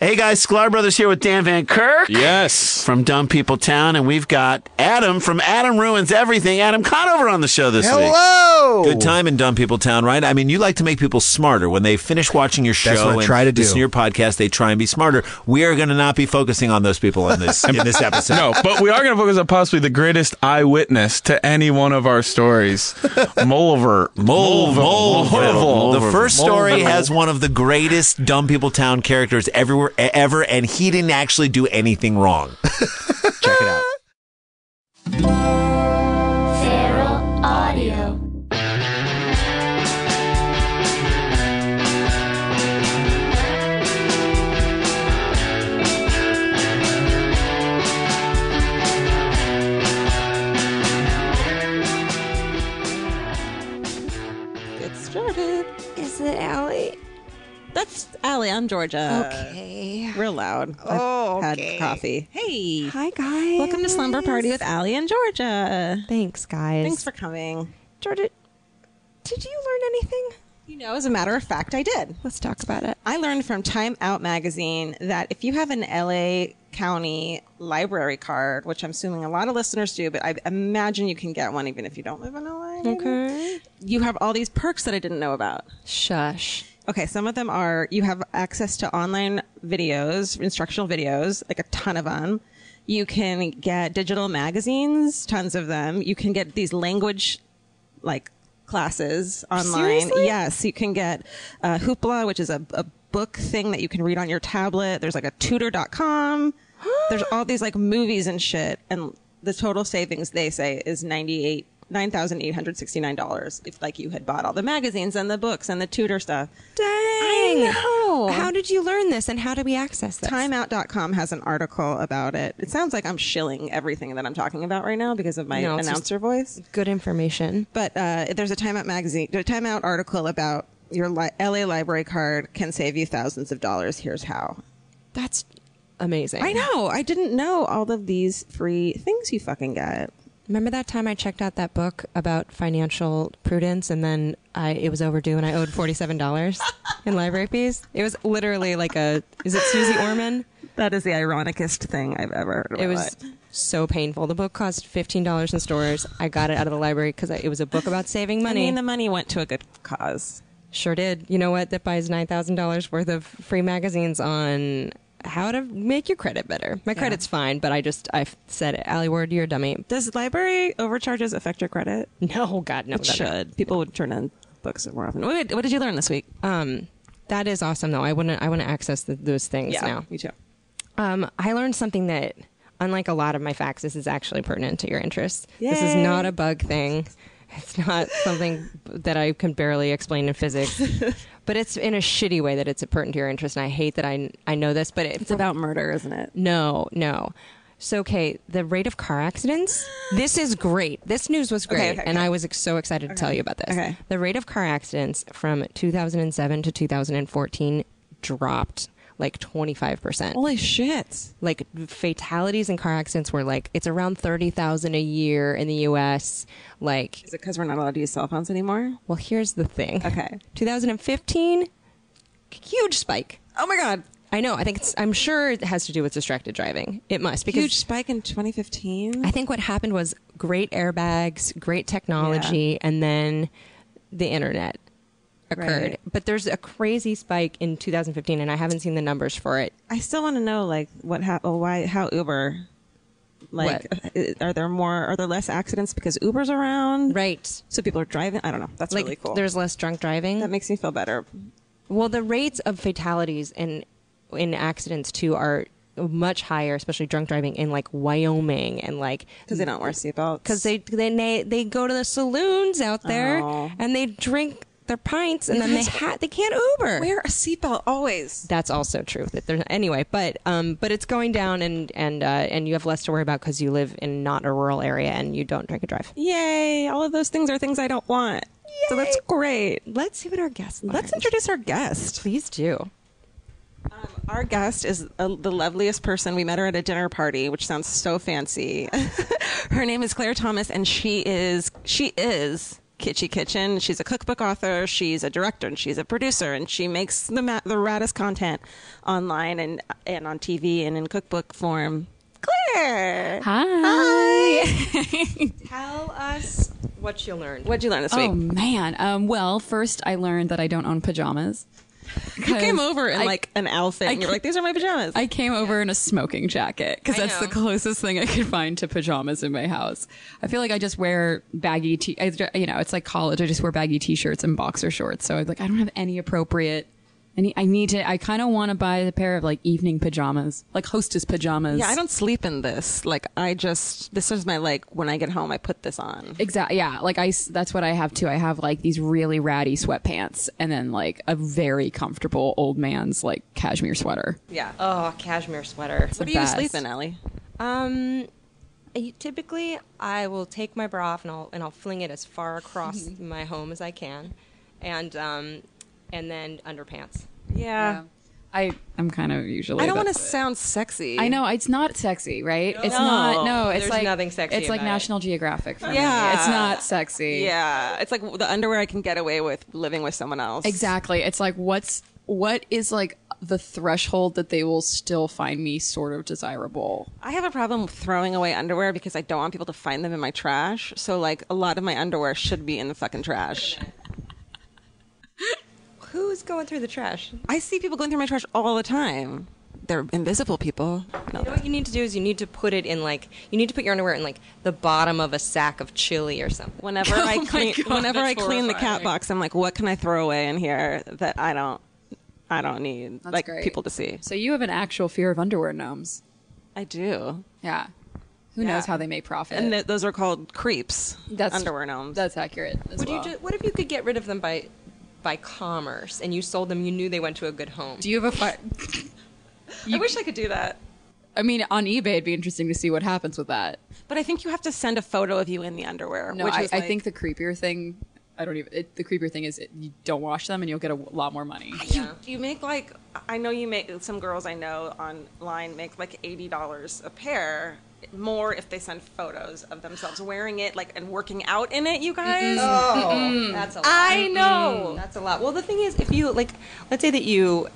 Hey guys, Sklar Brothers here with Dan Van Kirk Yes. from Dumb People Town, and we've got Adam from Adam Ruins Everything, Adam Conover on the show this week. Hello. Good time in Dumb People Town, right? I mean, you like to make people smarter. When they finish watching your show That's what I and try to do. listen to your podcast, they try and be smarter. We are going to not be focusing on those people in this in this episode. No, Oh, but we are going to focus on possibly the greatest eyewitness to any one of our stories, Mulver. Mole, Mole, Mulver. The first story has one of the greatest Dumb People Town characters everywhere e-, ever, and he didn't actually do anything wrong. Check it out. Feral Audio. It's Jordan. Is it Allie? That's Allie. I'm Georgia. Okay. Real loud. Oh, I've okay. had coffee. Hey. Hi guys. Welcome to Slumber Party with Allie and Georgia. Thanks guys. Thanks for coming. Georgia. Did you learn anything? You know, as a matter of fact, I did. Let's talk about it. I learned from Time Out magazine that if you have an LA County library card, which I'm assuming a lot of listeners do, but I imagine you can get one even if you don't live in LA. Okay. You have all these perks that I didn't know about. Shush. Okay, some of them are you have access to online videos, instructional videos, like a ton of them. You can get digital magazines, tons of them. You can get these language like classes online. Seriously? Yes, you can get uh, Hoopla, which is a, a book thing that you can read on your tablet. There's like a tutor.com. There's all these like movies and shit. And the total savings they say is 98 $9,869 if like you had bought all the magazines and the books and the tutor stuff. Dang. I know. How did you learn this and how do we access this? Timeout.com has an article about it. It sounds like I'm shilling everything that I'm talking about right now because of my No, it's announcer voice. Good information. But uh, there's a Timeout magazine, a Timeout article about your li- LA library card can save you thousands of dollars. Here's how. That's amazing. I know. I didn't know all of these free things you fucking get. Remember that time I checked out that book about financial prudence and then I it was overdue and I owed $47 in library fees? It was literally like a is it Susie Orman? That is the ironicest thing I've ever heard. in It my was life. so painful. The book cost fifteen dollars in stores. I got it out of the library because it was a book about saving I money. mean, the money went to a good cause. sure did. You know what? That buys nine thousand dollars worth of free magazines on how to make your credit better. My credit's fine, but I just I said, "Allie Ward, you're a dummy." Does library overcharges affect your credit? No, God, no, It should. People would turn in books more often. What what did you learn this week? Um, That is awesome, though. I wouldn't. I want to access th those things now. me too. Um, I learned something that, unlike a lot of my facts, this is actually pertinent to your interests. This is Yay. not a bug thing. It's not something that I can barely explain in physics, but it's in a shitty way that it's pertinent to your interest. And I hate that I I know this, but it, It's about murder, isn't it? no, no. So, okay, the rate of car accidents. This is great. This news was great, okay, and okay. I was ex- so excited to tell you about this. okay. The rate of car accidents from 2007 to 2014 dropped like 25 percent Holy shit! like fatalities in car accidents were like it's around 30,000 a year in the US like Is it because we're not allowed to use cell phones anymore? well here's the thing Okay. 2015 huge spike Oh my god! I know I think it's I'm sure it has to do with distracted driving it must because Huge spike in 2015. I think what happened was great airbags great technology and then the internet occurred Right. but there's a crazy spike in 2015 and I haven't seen the numbers for it I still want to know, like, what? How? Oh, why? How Uber? Like, uh, are there more? Are there less accidents because Uber's around? right So people are driving. I don't know. That's like really cool. there's less drunk driving that makes me feel better. Well, the rates of fatalities in in accidents too are much higher, especially drunk driving in like Wyoming and like Because they don't wear seatbelts. because they, they they they go to the saloons out there Oh. and they drink their pints and then they ha- they can't Uber. wear a seatbelt always. That's also true. That there's anyway, but um, but it's going down and and uh, and you have less to worry about because you live in not a rural area and you don't drink and drive. Yay! All of those things are things I don't want. So that's great. Let's see what our guest. Let's introduce our guest. Please do. Our guest is uh the loveliest person. We met her at a dinner party, which sounds so fancy. her name is Claire Thomas, and she is she is Kitschy Kitchen. She's a cookbook author, she's a director, and she's a producer, and she makes the ma- the raddest content online and and on TV and in cookbook form. Claire, Hi. Tell us what you learned. what'd you learn this Oh week? man. Um, well, first I learned that I don't own pajamas. You came over in I- like an outfit, and you were ca- like, "These are my pajamas." I came over in a smoking jacket because I that's the know. closest thing I could find to pajamas in my house. I feel like I just wear baggy t. I, ju- you know, it's like college. I just wear baggy t-shirts and boxer shorts. So I'm like, I don't have any appropriate. Any, I need to. I kind of want to buy a pair of like evening pajamas, like hostess pajamas. yeah, I don't sleep in this. Like, I just this is my like when I get home, I put this on. Exactly. Yeah. Like I, s- that's what I have too. I have like these really ratty sweatpants and then like a very comfortable old man's like cashmere sweater. Yeah. Oh, cashmere sweater. what do the you best. sleep in, Ellie? Um, I- typically I will take my bra off and I'll and I'll fling it as far across my home as I can, and um, and then underpants. Yeah. I, I'm kind of usually. I don't want to that's- sound sexy. I know it's not sexy, right? It's No. not. No, it's There's like nothing sexy It's like about it. National Geographic. For Yeah. me. it's not sexy. Yeah, it's like the underwear I can get away with living with someone else. exactly. It's like what's what is like the threshold that they will still find me sort of desirable. I have a problem with throwing away underwear because I don't want people to find them in my trash. So like a lot of my underwear should be in the fucking trash. Who's going through the trash? I see people going through my trash all the time. They're invisible people. No, You know what you need to do is you need to put it in like you need to put your underwear in like the bottom of a sack of chili or something. whenever I clean, Oh God, whenever I that's clean the cat horrifying. box, I'm like, what can I throw away in here that I don't, I don't need like great. people to see. So you have an actual fear of underwear gnomes. I do, Yeah. Who knows how they may profit? and th- those are called creeps. underwear gnomes. Uh, That's accurate. As Would well. you just, what if you could get rid of them by by commerce and you sold them? You knew they went to a good home. Do you have a fi- I wish I could do that. I mean, on eBay, it'd be interesting to see what happens with that. But I think you have to send a photo of you in the underwear. No, which I, is I like- think the creepier thing. I don't even. It, the creepier thing is it, you don't wash them and you'll get a w- lot more money. you you make like I know you make some girls I know online make like eighty dollars a pair more if they send photos of themselves wearing it like and working out in it. You guys, That's a lot. Mm-hmm. I know. That's a lot. Well, the thing is, if you like, let's say that you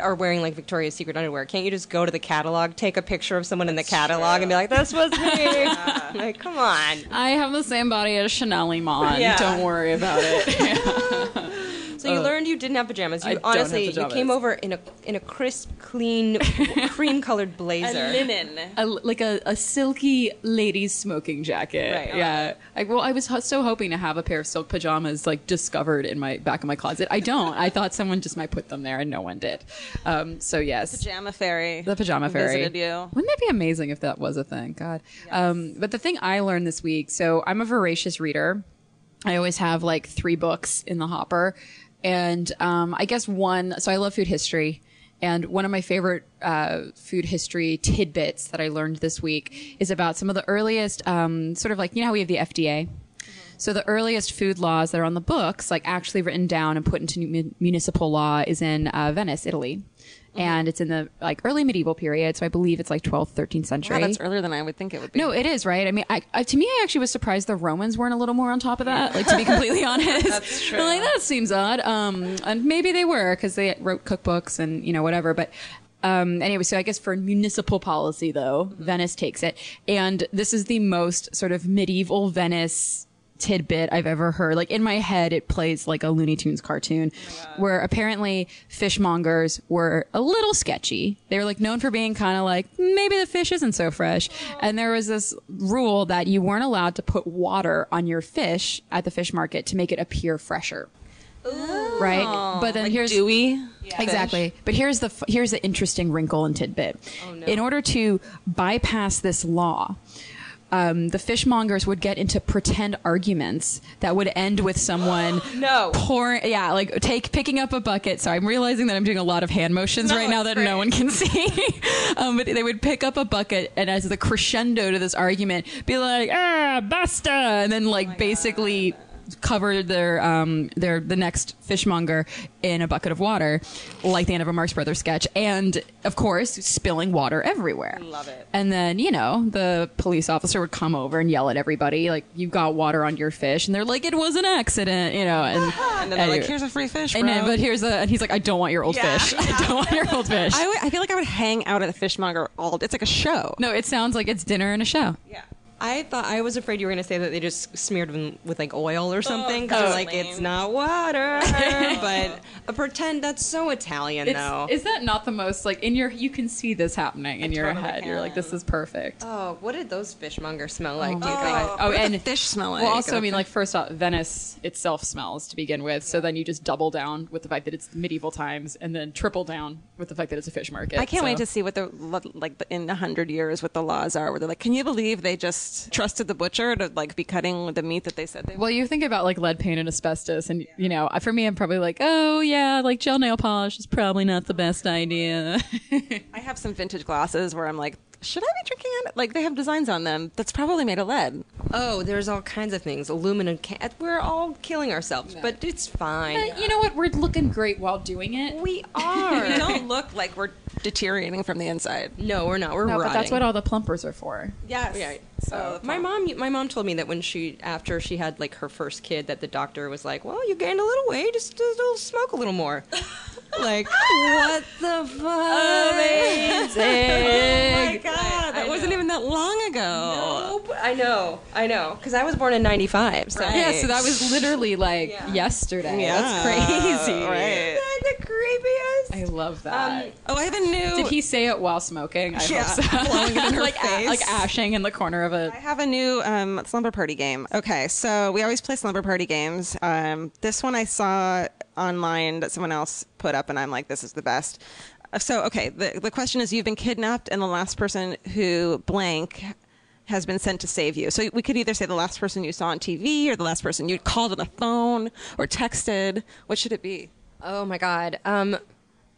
are wearing like Victoria's Secret underwear, can't you just go to the catalog, take a picture of someone in the catalog, and be like, "This was me." Like, come on. I have the same body as Chanel Iman. Yeah. Don't worry about it. So you learned you didn't have pajamas. You Uh, I don't have honestly, pajamas. you came over in a in a crisp, clean, cream-colored blazer. linen. a, like a, a silky lady's smoking jacket. Right. Yeah. I, well, I was ho- so hoping to have a pair of silk pajamas like discovered in my back of my closet. I don't. I thought someone just might put them there, and no one did. Um, so yes. Pajama fairy. The pajama fairy. visited you. Wouldn't that be amazing if that was a thing? God. Um, but the thing I learned this week, so I'm a voracious reader. I always have like three books in the hopper, and um, I guess one. So I love food history. And one of my favorite uh, food history tidbits that I learned this week is about some of the earliest, um, sort of like, you know how we have the FDA? Mm-hmm. So the earliest food laws that are on the books, like actually written down and put into mu- municipal law, is in uh, Venice, Italy, Mm-hmm. and it's in the like early medieval period. So I believe it's like 12th, 13th century. Wow, that's earlier than I would think it would be. No, it is right. I mean, I, I, to me, I actually was surprised the Romans weren't a little more on top of that. Like to be completely honest, that's true. like that seems odd. Um, and maybe they were because they wrote cookbooks and you know whatever. But um, anyway, so I guess for municipal policy though, Venice takes it, and this is the most sort of medieval Venice tidbit I've ever heard. Like in my head, it plays like a Looney Tunes cartoon where apparently fishmongers were a little sketchy. They were like known for being kind of like, maybe the fish isn't so fresh. And there was this rule that you weren't allowed to put water on your fish at the fish market to make it appear fresher. Right, but then here's dewy. Exactly. But here's the f- here's the interesting wrinkle and tidbit. In order to bypass this law, um, the fishmongers would get into pretend arguments that would end with someone No. pouring yeah like take picking up a bucket. Sorry, I'm realizing that I'm doing a lot of hand motions right now that no one can see. um, but they would pick up a bucket and as the crescendo to this argument, be like ah basta, and then like basically. cover their um, their the next fishmonger in a bucket of water, like the end of a Marx Brothers sketch, and of course spilling water everywhere. Love it. And then you know the police officer would come over and yell at everybody like you got water on your fish, and they're like it was an accident, you know. And, And then they're like, here's a free fish, bro. and then, but here's a, and he's like, I don't want your old Yeah. fish. I don't want your old fish. I, would, I feel like I would hang out at the fishmonger all day. It's like a show. no, it sounds like it's dinner and a show. Yeah. I thought I was afraid you were going to say that they just smeared them with like oil or something because Oh, that's like it's not water, but a pretend that's so Italian It's, though. Is that not the most like in your? You can see this happening in your head. You're like, this is perfect. oh, what did those fishmongers smell like? do you my think? God. Oh, What did the and- fish smell like. Well, also, I mean, like first off, Venice itself smells to begin with. So then you just double down with the fact that it's medieval times, and then triple down with the fact that it's a fish market. I can't so. wait to see what the lo- like the, in a hundred years what the laws are. Where they're like, can you believe they just trusted the butcher to like be cutting the meat that they said they? Well, you think about like lead paint and asbestos, and you know, for me, I'm probably like, oh yeah, like gel nail polish is probably not the best idea. I have some vintage glasses where I'm like, should I be drinking out? of-" Like they have designs on them that's probably made of lead. Oh, there's all kinds of things. Aluminum can. uh, We're all killing ourselves, but it's fine. But you know what? We're looking great while doing it. We are. We don't look like we're deteriorating from the inside. no, we're not. We're no, rotting. but that's what all the plumpers are for. Yes. Yeah. Oh my mom, my mom told me that when she, after she had like her first kid, that the doctor was like, "Well, you gained a little weight. Just, just don't smoke a little more." like, what the fuck? Amazing. God, that It wasn't even that long ago. Nope. Oh, I know, I know, because I was born in '95. So Yeah, so that was literally like yesterday. That's crazy. Right. the creepiest. I love that. Oh, I have a new. Did he say it while smoking? I Yeah, hope so. blowing it in her like, a- face. like ashing in the corner of I a. have a new um, slumber party game. Okay, so we always play slumber party games. Um, this one I saw online that someone else put up, and I'm like, this is the best. Uh, So, okay, the, the question is you've been kidnapped, and the last person who blank has been sent to save you. So we could either say the last person you saw on TV, or the last person you called on the phone, or texted. What should it be? Oh my god. Um,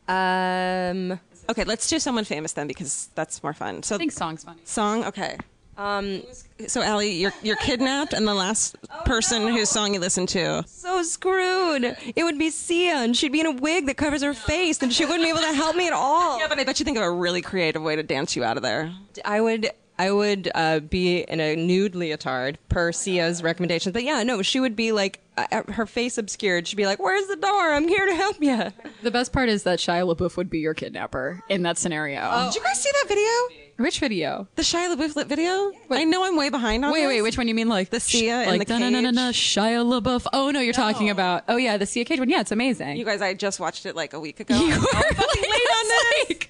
um, Okay, let's do someone famous then, because that's more fun. So, I think song's funny. Song, okay. Um, so Allie, you're you're kidnapped, and the last person whose song you listened to. so screwed. It would be Sia, and she'd be in a wig that covers her face, and she wouldn't be able to help me at all. Yeah, but I bet you think of a really creative way to dance you out of there. I would. I would uh, be in a nude leotard per Sia's recommendations. But yeah, no, she would be like, uh, her face obscured. She'd be like, Where's the door? I'm here to help you. The best part is that Shia LaBeouf would be your kidnapper in that scenario. Did you guys see that video? Which video? Oh. The Shia LaBeouf lip video? I know I'm way behind on Wait, this. wait, which one you mean? Like The sh- Sia in like, the da-na-na-na-na, cage? Shia LaBeouf. Oh no, you're talking about. Oh yeah, the Sia cage one. Yeah, it's amazing. You Oh, guys, I just watched it like a week ago. You were like- it's like-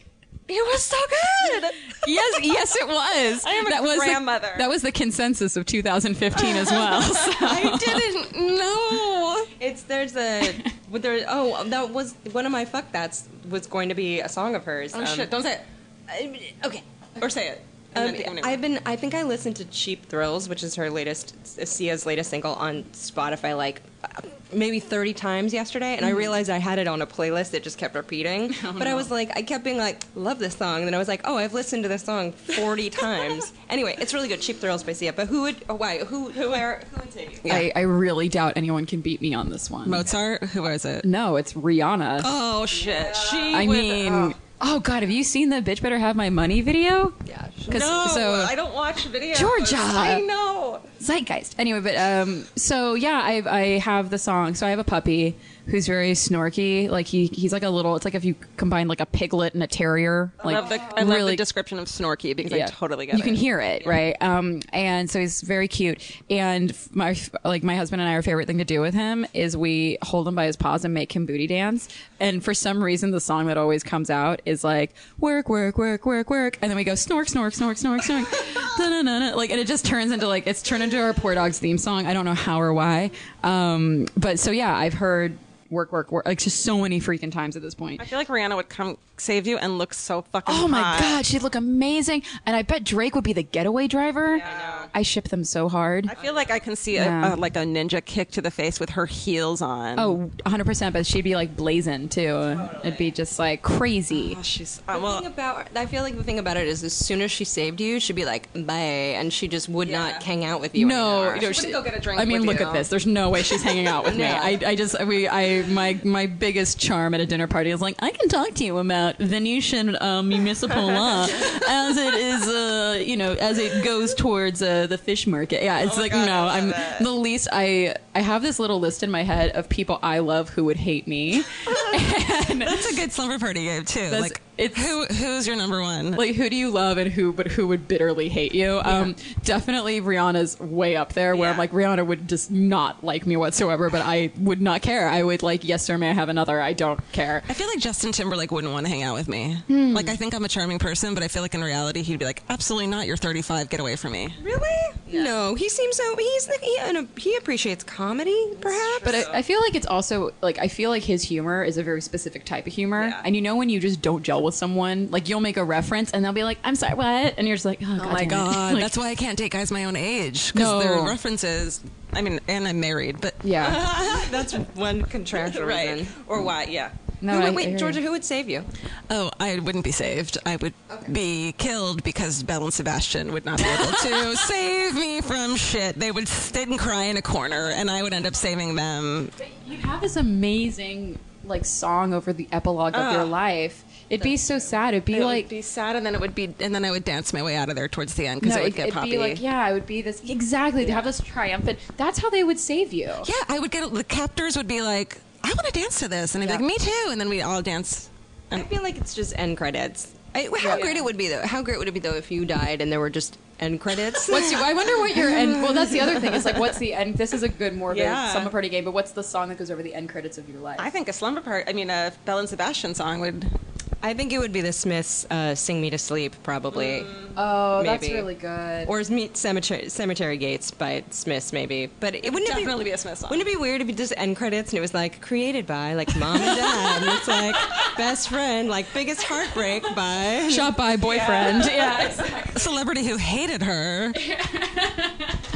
it was so good. yes, yes, it was. I am a that was the- grandmother. that was the consensus of 2015 as well. so. I didn't know. It's there's a. With there, oh, that was one of my fuck that's was going to be a song of hers. um, Oh shit! Don't say it. Um, Okay. Or say it. And Um, then- and then- I've been. I think I listened to "Cheap Thrills," which is her latest, uh, Sia's latest single on Spotify, like uh, maybe thirty times yesterday, and I realized I had it on a playlist that just kept repeating. but I was like, I kept being like, "Love this song," and then I was like, "Oh, I've listened to this song forty times." Anyway, it's really good. "Cheap Thrills" by Sia. But who would? Oh, why? Who? Who are? Who would save you? I, I really doubt anyone can beat me on this one. Mozart. Who was it? no, it's Rihanna. Oh shit! She. I was- mean, oh. oh. god, have you seen the "Bitch Better Have My Money" video? Yeah, No, so I don't watch videos. Georgia! I know. zeitgeist. Anyway, but um, so yeah, I I have the song. So I have a puppy who's very snorky. Like he he's like a little. It's like if you combine like a piglet and a terrier. Like I love the, I love the description of snorky because I totally get you it. can hear it, right? Um, and so he's very cute. And my like my husband and I, our favorite thing to do with him is we hold him by his paws and make him booty dance. And for some reason, the song that always comes out is like work, work, work, work, work, and then we go snork, snork, snork, snork, snork, da, na, na, na. like, and it just turns into like it's turned into our poor dog's theme song. I don't know how or why, um, but so yeah, I've heard work, work, work, like just so many freaking times at this point. I feel like Rihanna would come save you and look so fucking. Oh my hot. god, she'd look amazing, and I bet Drake would be the getaway driver. I know. I ship them so hard. I feel like I can see Yeah. a, a, like a ninja kick to the face with her heels on. Oh, 100%, but she'd be like blazing too. It'd be just like crazy. she's uh, The well. thing about I feel like the thing about it is as soon as she saved you, she'd be like, bye, and she just would not hang out with you. No, anymore. no, she she- would go get a drink. I mean, with look you. at this. There's no way she's hanging out with No. me. I, I just, we, I, my, my biggest charm at a dinner party is like, I can talk to you about Venetian uh, municipal law as it is, uh, you know, as it goes towards uh, the fish market. Yeah, Oh it's like no, I'm the least. I, I have this little list in my head of people I love who would hate me. That's a good slumber party game too. That's- Like, it's- who who's your number one? like who do you love and who but who would bitterly hate you um definitely rihanna's way up there where i'm Yeah. like rihanna would just not like me whatsoever but i would not care i would like yes sir may i have another i don't care I feel like Justin Timberlake wouldn't want to hang out with me. Hmm. Like, I think I'm a charming person, but I feel like in reality, he'd be like, absolutely not. You're 35. Get away from me. Really? No, he seems so he's he, he appreciates comedy, perhaps. but I, I feel like it's also like I feel like his humor is a very specific type of humor, Yeah. and you know when you just don't gel with someone, like you'll make a reference and they'll be like, "I'm sorry, what?" and you're just like, "Oh, Oh my God. like, That's why I can't date guys my own age. Because No. their references, I mean, and I'm married, but. yeah." That's one contractual Right. Or why, yeah. No, who would, I- wait, I- Georgia, who would save you? Oh, I wouldn't be saved. I would be killed because Belle and Sebastian would not be able to save me from shit. They would sit and cry in a corner, and I would end up saving them. you have this amazing like song over the epilogue of your life. It'd be so sad. It'd be It like would be sad, and then it would be, and then I would dance my way out of there towards the end because it would it'd- get it'd poppy. be like, yeah, it would be this exactly to have this triumphant. That's how they would save you. Yeah, I would get the captors would be like, I want to dance to this, and I'd be like, me too, and then we all dance. I feel like it's just end credits. I, how great it would be though. How great would it be though if you died and there were just end credits? What's your, I wonder what your end. Well, that's the other thing. Is like, what's the end? This is a good morbid Yeah. summer party game. But what's the song that goes over the end credits of your life? I think a slumber part. I mean, a Belle and Sebastian song would. I think it would be the Smiths' uh, "Sing Me to Sleep," probably, oh, that's maybe. really good. or "Meet Cemetery, Cemetery Gates" by Smiths, maybe. But it wouldn't it Definitely be, be a Smiths song. Wouldn't it be weird if it just end credits and it was like created by like mom and dad? and it's like best friend, like biggest heartbreak by Shot by boyfriend. Yeah. Celebrity who hated her.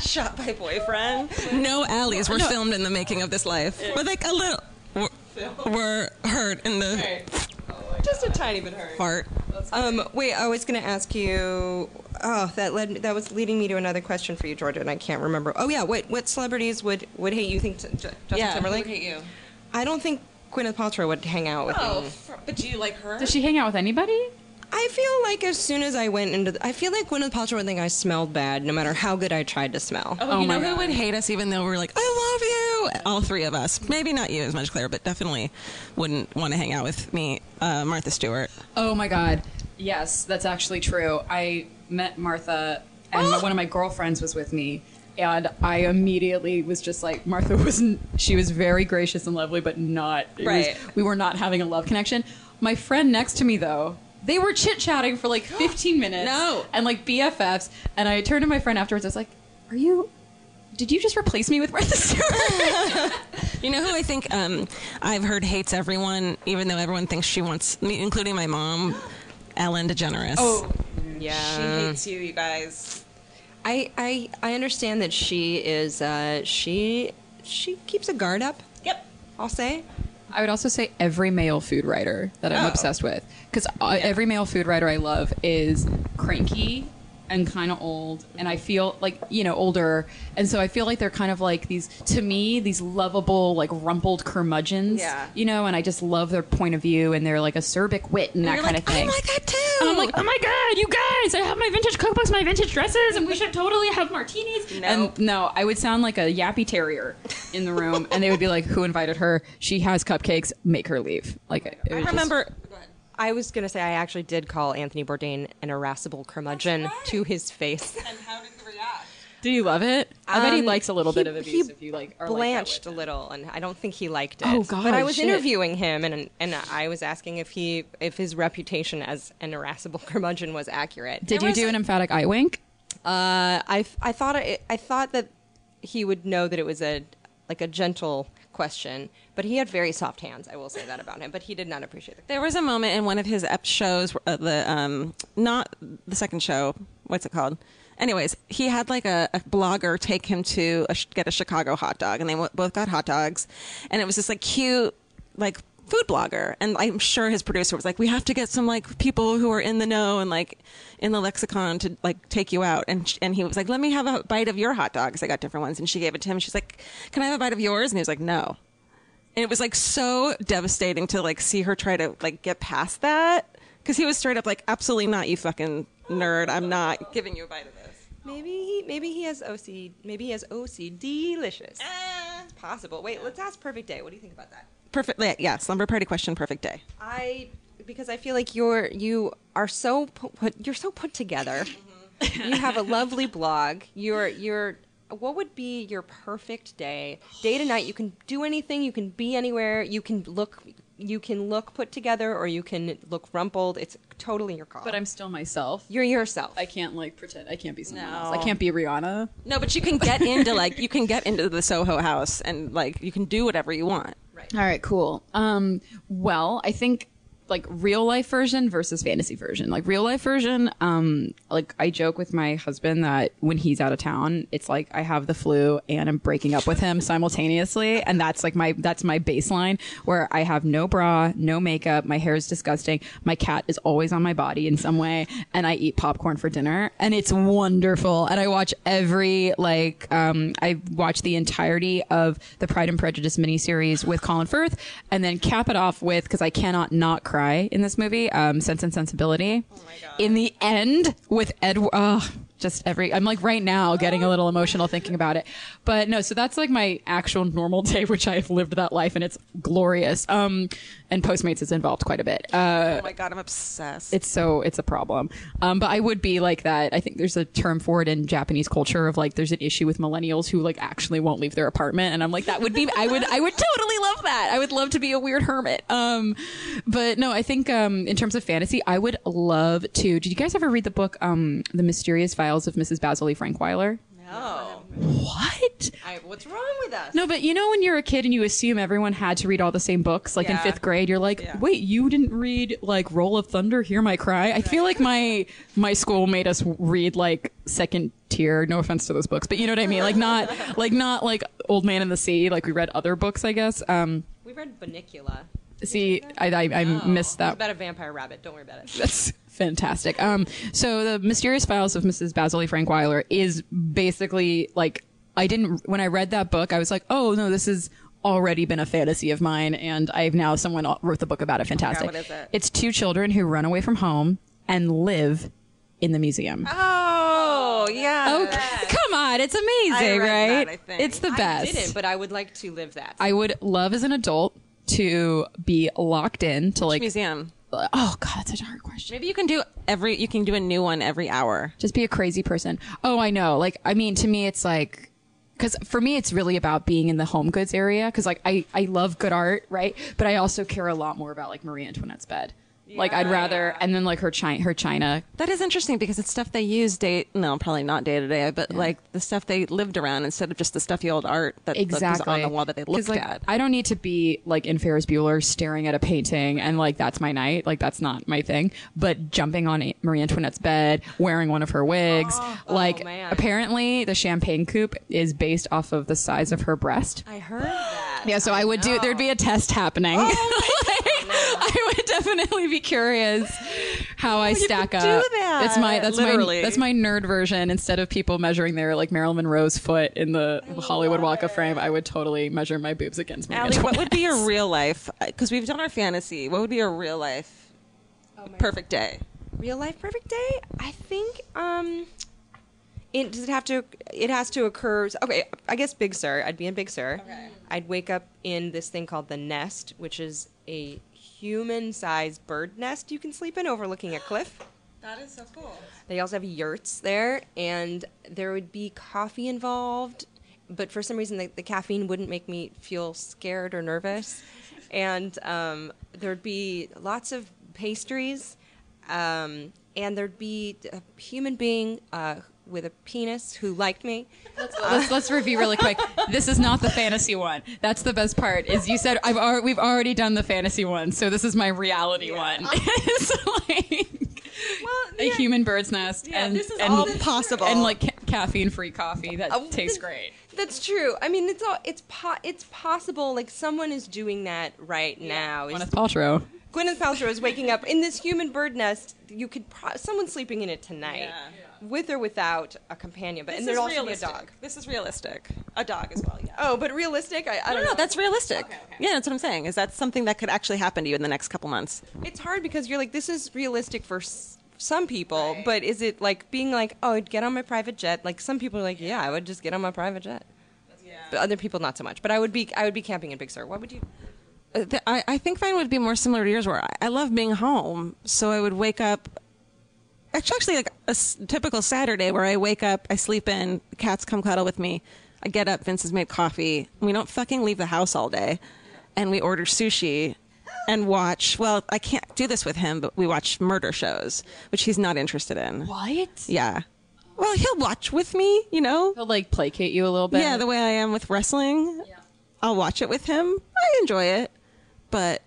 Shot by boyfriend. No alleys were filmed in the making of this life, but like a little were, were hurt in the just a tiny bit hurt. part. Um, wait, I was going to ask you. Oh, that led me, that was leading me to another question for you, Georgia, and I can't remember. Oh yeah, what what celebrities would would hate you? Think Ju- Justin Timberlake? you. I don't think Gwyneth Paltrow would hang out with Oh. me. but do you like her? Does she hang out with anybody? I feel like as soon as I went into, the, I feel like Gwyneth Paltrow would think I smelled bad, no matter how good I tried to smell. Oh, you know who would hate us even though we're like, I love you? All three of us. Maybe not you as much, Claire, but definitely wouldn't want to hang out with me, uh, Martha Stewart. Oh my god. Yes, that's actually true. I met Martha and one of my girlfriends was with me and I immediately was just like Martha wasn't she was very gracious and lovely but not it was- Right. we were not having a love connection. My friend next to me though they were chit chatting for like 15 minutes. No. And like BFFs. And I turned to my friend afterwards. I was like, Are you, did you just replace me with Martha Stewart? You know who I think um, I've heard hates everyone, even though everyone thinks she wants me, including my mom, Ellen DeGeneres. Oh, yeah, hates you, you guys. I, I I understand that she is uh, she she keeps a guard up. Yep. I'll say. I would also say every male food writer that Oh. I'm obsessed with, because every male food writer I love is cranky and kind of old, and I feel like you know older, and so I feel like they're kind of like these to me these lovable like rumpled curmudgeons, Yeah. you know, and I just love their point of view and their like acerbic wit and, that You're kind like, "Oh of thing. I like that too. And I'm like, oh my god, you guys! I have my vintage cookbooks, my vintage dresses, and we should totally have martinis. No. And no, I would sound like a yappy terrier in the room, and they would be like, "Who invited her? She has cupcakes. Make her leave." Like, it was I just- remember. I was gonna say I actually did call Anthony Bourdain an irascible curmudgeon That's right. to his face. And how did you react? Do you love it? I bet he Um, likes a little he- bit of he abuse if you like. Are Blanched Like a little, and I don't think he liked it. Oh, God, But I was shit. interviewing him, and and I was asking if he if his reputation as an irascible curmudgeon was accurate. Did you do an emphatic eye wink? Uh, I, I thought I, I thought that he would know that it was a like a gentle question, but he had very soft hands. I will say that about him, but he did not appreciate it. There was a moment in one of his ep shows, where, uh, the um, not the second show. What's it called? Anyways, he had like a, a blogger take him to a, sh- get a Chicago hot dog, and they w- both got hot dogs, and it was this like cute like food blogger, and I'm sure his producer was like, "We have to get some like people who are in the know and like in the lexicon to like take you out," and sh- and he was like, "Let me have a bite of your hot dog," 'cause I got different ones, and she gave it to him. She's like, "Can I have a bite of yours?" And he was like, "No." and it was like so devastating to like see her try to like get past that because he was straight up like absolutely not you fucking nerd i'm not giving you a bite of this Maybe he maybe he has OC maybe he has OCD delicious. It's possible. Wait, let's ask Perfect Day. What do you think about that? perfect yeah, yeah slumber party question perfect day I because I feel like you're you are so pu- put you're so put together. you have a lovely blog. You're you're what would be your perfect day? Day to night you can do anything, you can be anywhere, you can look you can look put together or you can look rumpled. It's totally your call. But I'm still myself. you're yourself. I can't like pretend. I can't be someone else. I can't be Rihanna. no but you can get into like you can get into the soho house and like you can do whatever you want right All right, cool. Um, well, I think like real life version versus fantasy version. Like real life version, um, like I joke with my husband that when he's out of town, it's like I have the flu and I'm breaking up with him simultaneously, and that's like my that's my baseline where I have no bra, no makeup, my hair is disgusting, my cat is always on my body in some way, and I eat popcorn for dinner, and it's wonderful. And I watch every like um, I watch the entirety of the Pride and Prejudice miniseries with Colin Firth, and then cap it off with because I cannot not cry in this movie, um, Sense and Sensibility. In the end, with Ed, oh, just every I'm like right now getting a little emotional thinking about it. But no, so that's like my actual normal day, which I have lived that life, and it's glorious. Um, and Postmates is involved quite a bit. Uh, oh my god i'm obsessed it's so it's a problem. Um, but I would be like that. I think there's a term for it in Japanese culture of like there's an issue with millennials who like actually won't leave their apartment, and I'm like that would be I would I would totally love that. I would love to be a weird hermit. Um, but no, I think um in terms of fantasy, I would love to. Did you guys ever read the book um The Mysterious Files of Mrs. Basil E. Frankweiler? no. What? I, what's wrong with us? No, but you know when you're a kid and you assume everyone had to read all the same books, like in Yeah. fifth grade, you're like, wait, you didn't read like Roll of Thunder, Hear My Cry. I feel like my my school made us read like second tier. No offense to those books, but you know what I mean. Like not like not like Old Man in the Sea. Like we read other books, I guess. Um, We read Banicula. see, I I, I missed It's that about a vampire rabbit. Don't worry about it. that's fantastic. Um, so the Mysterious Files of Mrs. Basil E. Frankweiler is basically like I didn't when I read that book, I was like, oh no, this has already been a fantasy of mine, and I've now someone al- wrote the book about it. Fantastic. what is it? It's two children who run away from home and live in the museum. oh yeah Oh, c- come on, it's amazing, I read right? that, I think. It's the I best. didn't, but I would like to live that. I would love as an adult to be locked in to like museum oh god that's such a hard question maybe you can do every you can do a new one every hour just be a crazy person. Oh, I know. Like, I mean, to me, it's like, because for me, it's really about being in the home goods area. Because like, I I love good art, right? But I also care a lot more about like Marie Antoinette's bed. Like, I'd rather, and then like her china, her china. That is interesting because it's stuff they use day no, probably not day to day, but like the stuff they lived around instead of just the stuffy old art that that was Exactly on the wall that they 'Cause, looked like, at. I don't need to be like in Ferris Bueller staring at a painting and like that's my night. Like that's not my thing. But jumping on Aunt Marie Antoinette's bed, wearing one of her wigs, like man. apparently the champagne coupe is based off of the size of her breast. I heard that. Yeah, so I, would do. There'd be a test Oh happening. Like, I would definitely be curious how I stack could up. do that. That's my that's Literally. my that's my nerd version. Instead of people measuring their like Marilyn Monroe's foot in the Hollywood Walk of Fame, I would totally measure my boobs against my. Allie, what would be your real life? Because we've done our fantasy. What would be your real life perfect day? Oh, Real life perfect day? I think um it does it have to it has to occur okay, I guess Big Sur. I'd be in Big Sur. Okay. I'd wake up in this thing called the nest, which is a human sized bird nest you can sleep in overlooking a cliff. That is so cool. They also have yurts there, and there would be coffee involved. But for some reason, the, the caffeine wouldn't make me feel scared or nervous. And um, there'd be lots of pastries. um, and there'd be a human being uh, with a penis who liked me. let's, let's review really quick. This is not the fantasy one. That's the best part. Is you said I've already, we've already done the fantasy one, so this is my reality one. it's like a Oh. yeah. human bird's nest. Yeah, and, this is and- all possible. Oh, And like ca- caffeine-free coffee that tastes great. That's true. I mean, it's all it's po- it's possible. Like someone is doing that right now. It's- Gwyneth Paltrow. Gwyneth Paltrow is waking up in this human bird nest. You could pro- someone's sleeping in it tonight, Yeah. with or without a companion. But and This there'd is also realistic. be a dog. This is realistic. A dog as well. Yeah. Oh, but realistic? I, I No, don't no, know. that's realistic. Yeah, that's what I'm saying. Is that something that could actually happen to you in the next couple months? it's hard because you're like, this is realistic for s- some people, but is it like being like, oh, I'd get on my private jet? Like some people are like, yeah, I would just get on my private jet. But other people, not so much. But I would be, I would be camping in Big Sur. What would you? Uh, th- I, I think mine would be more similar to yours, where I, I love being home. So I would wake up. Actually, actually, like a s- typical Saturday where I wake up, I sleep in, the cats come cuddle with me. I get up, Vince has made coffee. We don't fucking leave the house all day. And we order sushi and watch. Well, I can't do this with him, but we watch murder shows, which he's not interested in. What? Yeah. Well, he'll watch with me, you know? He'll like placate you a little bit. Yeah, the way I am with wrestling. I'll watch it with him. I enjoy it, but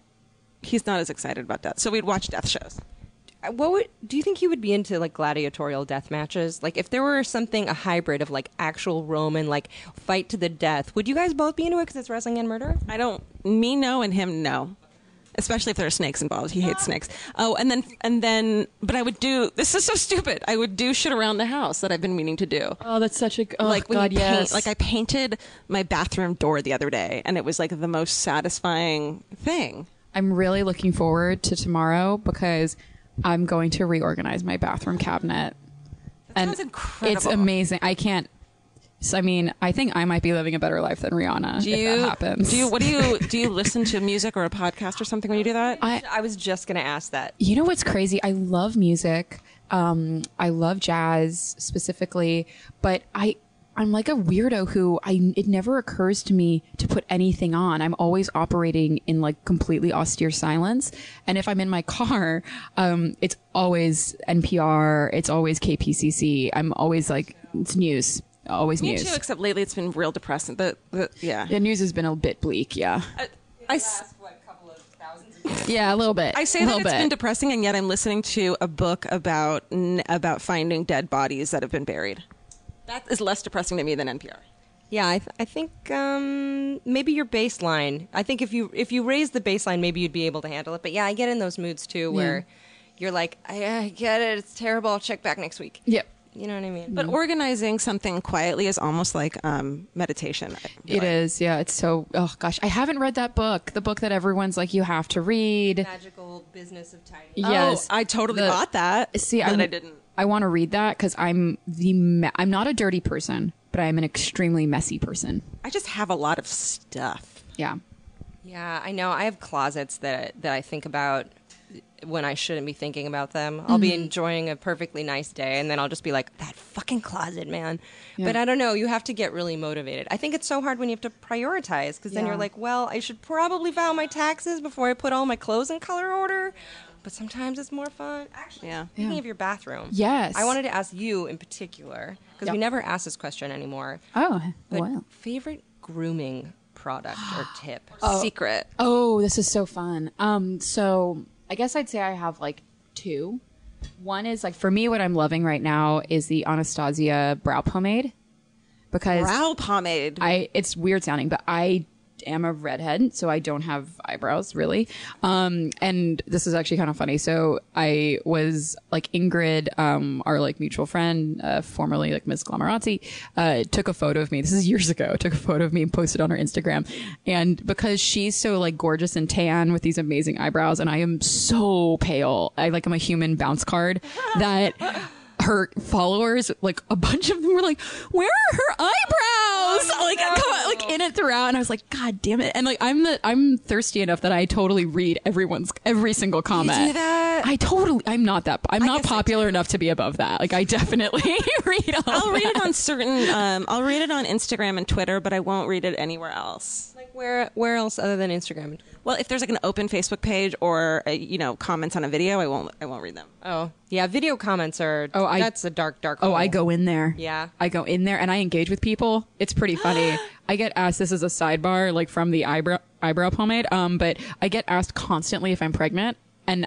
he's not as excited about that. So we'd watch death shows. uh, What would? Do you think you would be into like gladiatorial death matches? Like if there were something a hybrid of like actual Roman like fight to the death, would you guys both be into it because it's wrestling and murder? I don't me no and him no. Especially if there are snakes involved. He hates snakes. Oh, and then and then but I would do this is so stupid. I would do shit around the house that I've been meaning to do. Oh, that's such a oh, like when God, you paint, yes. like I painted my bathroom door the other day and it was like the most satisfying thing. I'm really looking forward to tomorrow because I'm going to reorganize my bathroom cabinet. and sounds incredible. It's amazing. I can't. so, I mean, I think I might be living a better life than Rihanna Do if you that happens. do you what do you do you listen to music or a podcast or something when you do that? I, was just gonna ask that. You know what's crazy? I love music. Um, I love jazz specifically, but I I'm like a weirdo who I it never occurs to me to put anything on. I'm always operating in like completely austere silence, and if I'm in my car, um, it's always NPR, it's always KPCC. I'm always like it's news, always Me news. too, except lately it's been real depressing. The, the yeah. the news has been a bit bleak, yeah, I, s- yeah, a little bit. I say a that little it's bit. been depressing, and yet I'm listening to a book about n- about finding dead bodies that have been buried. That is less depressing to me than NPR. Yeah, I, th- I think um, maybe your baseline. I think if you if you raise the baseline, maybe you'd be able to handle it. But yeah, I get in those moods too where you're like, I, I get it, it's terrible. I'll check back next week. yep. You know what I mean? But Mm. organizing something quietly is almost like um, meditation. I feel It like. is, yeah. It's so. Oh gosh, I haven't read that book. The book that everyone's like, you have to read. magical business of tiny. Yes, oh, I totally The- bought that. See, but I'm- I didn't. I want to read that because I'm the. Me- I'm not a dirty person, but I'm an extremely messy person. I just have a lot of stuff. Yeah. Yeah, I know. I have closets that that I think about when I shouldn't be thinking about them. I'll Mm-hmm. be enjoying a perfectly nice day, and then I'll just be like, "That fucking closet, man." But I don't know. You have to get really motivated. I think it's so hard when you have to prioritize because then Yeah. you're like, "Well, I should probably file my taxes before I put all my clothes in color order." But sometimes it's more fun. Actually, Yeah. speaking of your bathroom, Yes. I wanted to ask you in particular because we Yep. never ask this question anymore. Oh But wow. favorite grooming product or tip? Secret. Uh, Oh, this is so fun. Um, so I guess I'd say I have like two. One is like for me, what I'm loving right now is the Anastasia brow pomade because Brow pomade. I it's weird sounding, but I am a redhead, so I don't have eyebrows really. Um, and this is actually kind of funny. So I was like Ingrid, um, our like mutual friend, uh, formerly like Miss Glamorazzi, uh, took a photo of me. This is years ago. Took a photo of me and posted on her Instagram. And because she's so like gorgeous and tan with these amazing eyebrows, and I am so pale, I like I'm a human bounce card that. Her followers, like a bunch of them, were like, "Where are her eyebrows?" was, like come on, like in it throughout and I was like god damn it and like I'm the I'm thirsty enough that I totally read everyone's every single comment do that? I totally I'm not that I'm not guess I popular enough to be above that like I definitely read all I'll of read that. it on certain. Um, I'll read it on Instagram and Twitter, but I won't read it anywhere else. Like where where else other than Instagram? Well, if there's like an open Facebook page or uh, you know comments on a video, I won't I won't read them. Oh, yeah. Video comments are. Oh, Oh, I- that's a dark, dark. Oh, hole. I go in there. Yeah. I go in there and I engage with people. It's pretty funny. I get asked this is a sidebar like from the eyebrow eyebrow pomade um but I get asked constantly if I'm pregnant and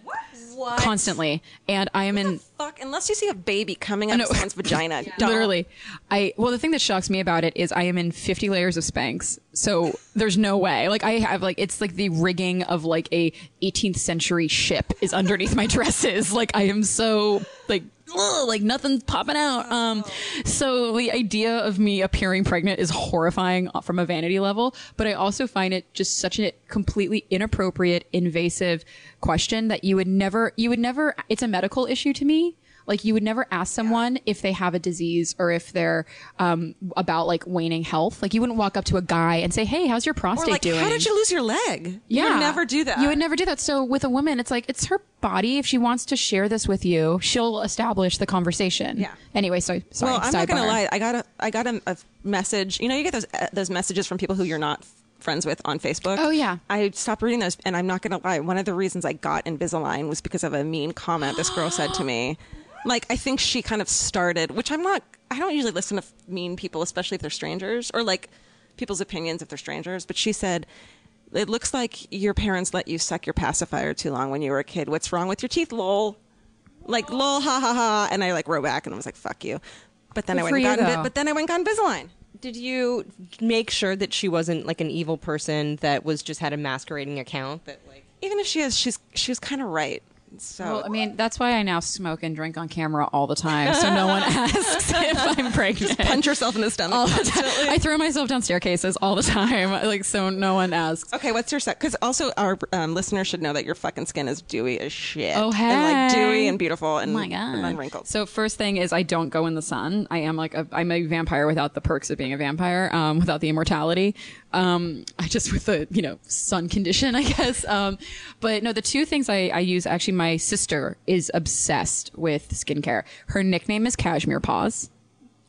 What? constantly and I am in Fuck, unless you see a baby coming out of know. someone's vagina. don't. Literally, I well the thing that shocks me about it is I am in 50 layers of Spanx, so there's no way. Like I have like it's like the rigging of like a 18th century ship is underneath my dresses. Like I am so like ugh, like nothing's popping out. Um, so the idea of me appearing pregnant is horrifying from a vanity level, but I also find it just such a completely inappropriate, invasive question that you would never you would never. It's a medical issue to me. Like you would never ask someone if they have a disease or if they're um, about like waning health. Like you wouldn't walk up to a guy and say, "Hey, how's your prostate Or like, doing?" how did you lose your leg? yeah, You would never do that. You would never do that. So with a woman, it's like it's her body. If she wants to share this with you, she'll establish the conversation. Yeah. Anyway, so sorry. Well, I'm not gonna sidebar. lie. I got a I got a, a message. You know, you get those uh, those messages from people who you're not f- friends with on Facebook. Oh, yeah. I stopped reading those, and I'm not gonna lie. One of the reasons I got Invisalign was because of a mean comment this girl said to me. Like, I think she kind of started, which I'm not. I don't usually listen to f- mean people, especially if they're strangers or like people's opinions if they're strangers. But she said. It looks like your parents let you suck your pacifier too long when you were a kid. What's wrong with your teeth, lol? like lol ha ha ha and i like wrote back and i was like fuck you but then Good i for went you, and got though. Invi- but then i went and got invisalign Did you make sure that she wasn't like an evil person that was just had a masquerading account that like? even if she is she's she was kind of right so Well, I mean, that's why I now smoke and drink on camera all the time, so no one asks if I'm pregnant. punch yourself in the stomach all the time. I throw myself down staircases all the time, like so no one asks. okay what's your sex because also our um, listeners should know that your fucking skin is dewy as shit Oh, and like hey. dewy and beautiful and, Oh my god, and unwrinkled So first thing is I don't go in the sun. I am like a, I'm a vampire without the perks of being a vampire, um, without the immortality. Um, I just with the you know sun condition, I guess. Um, but no, the two things I, I use actually, my sister is obsessed with skincare. Her nickname is Cashmere Paws.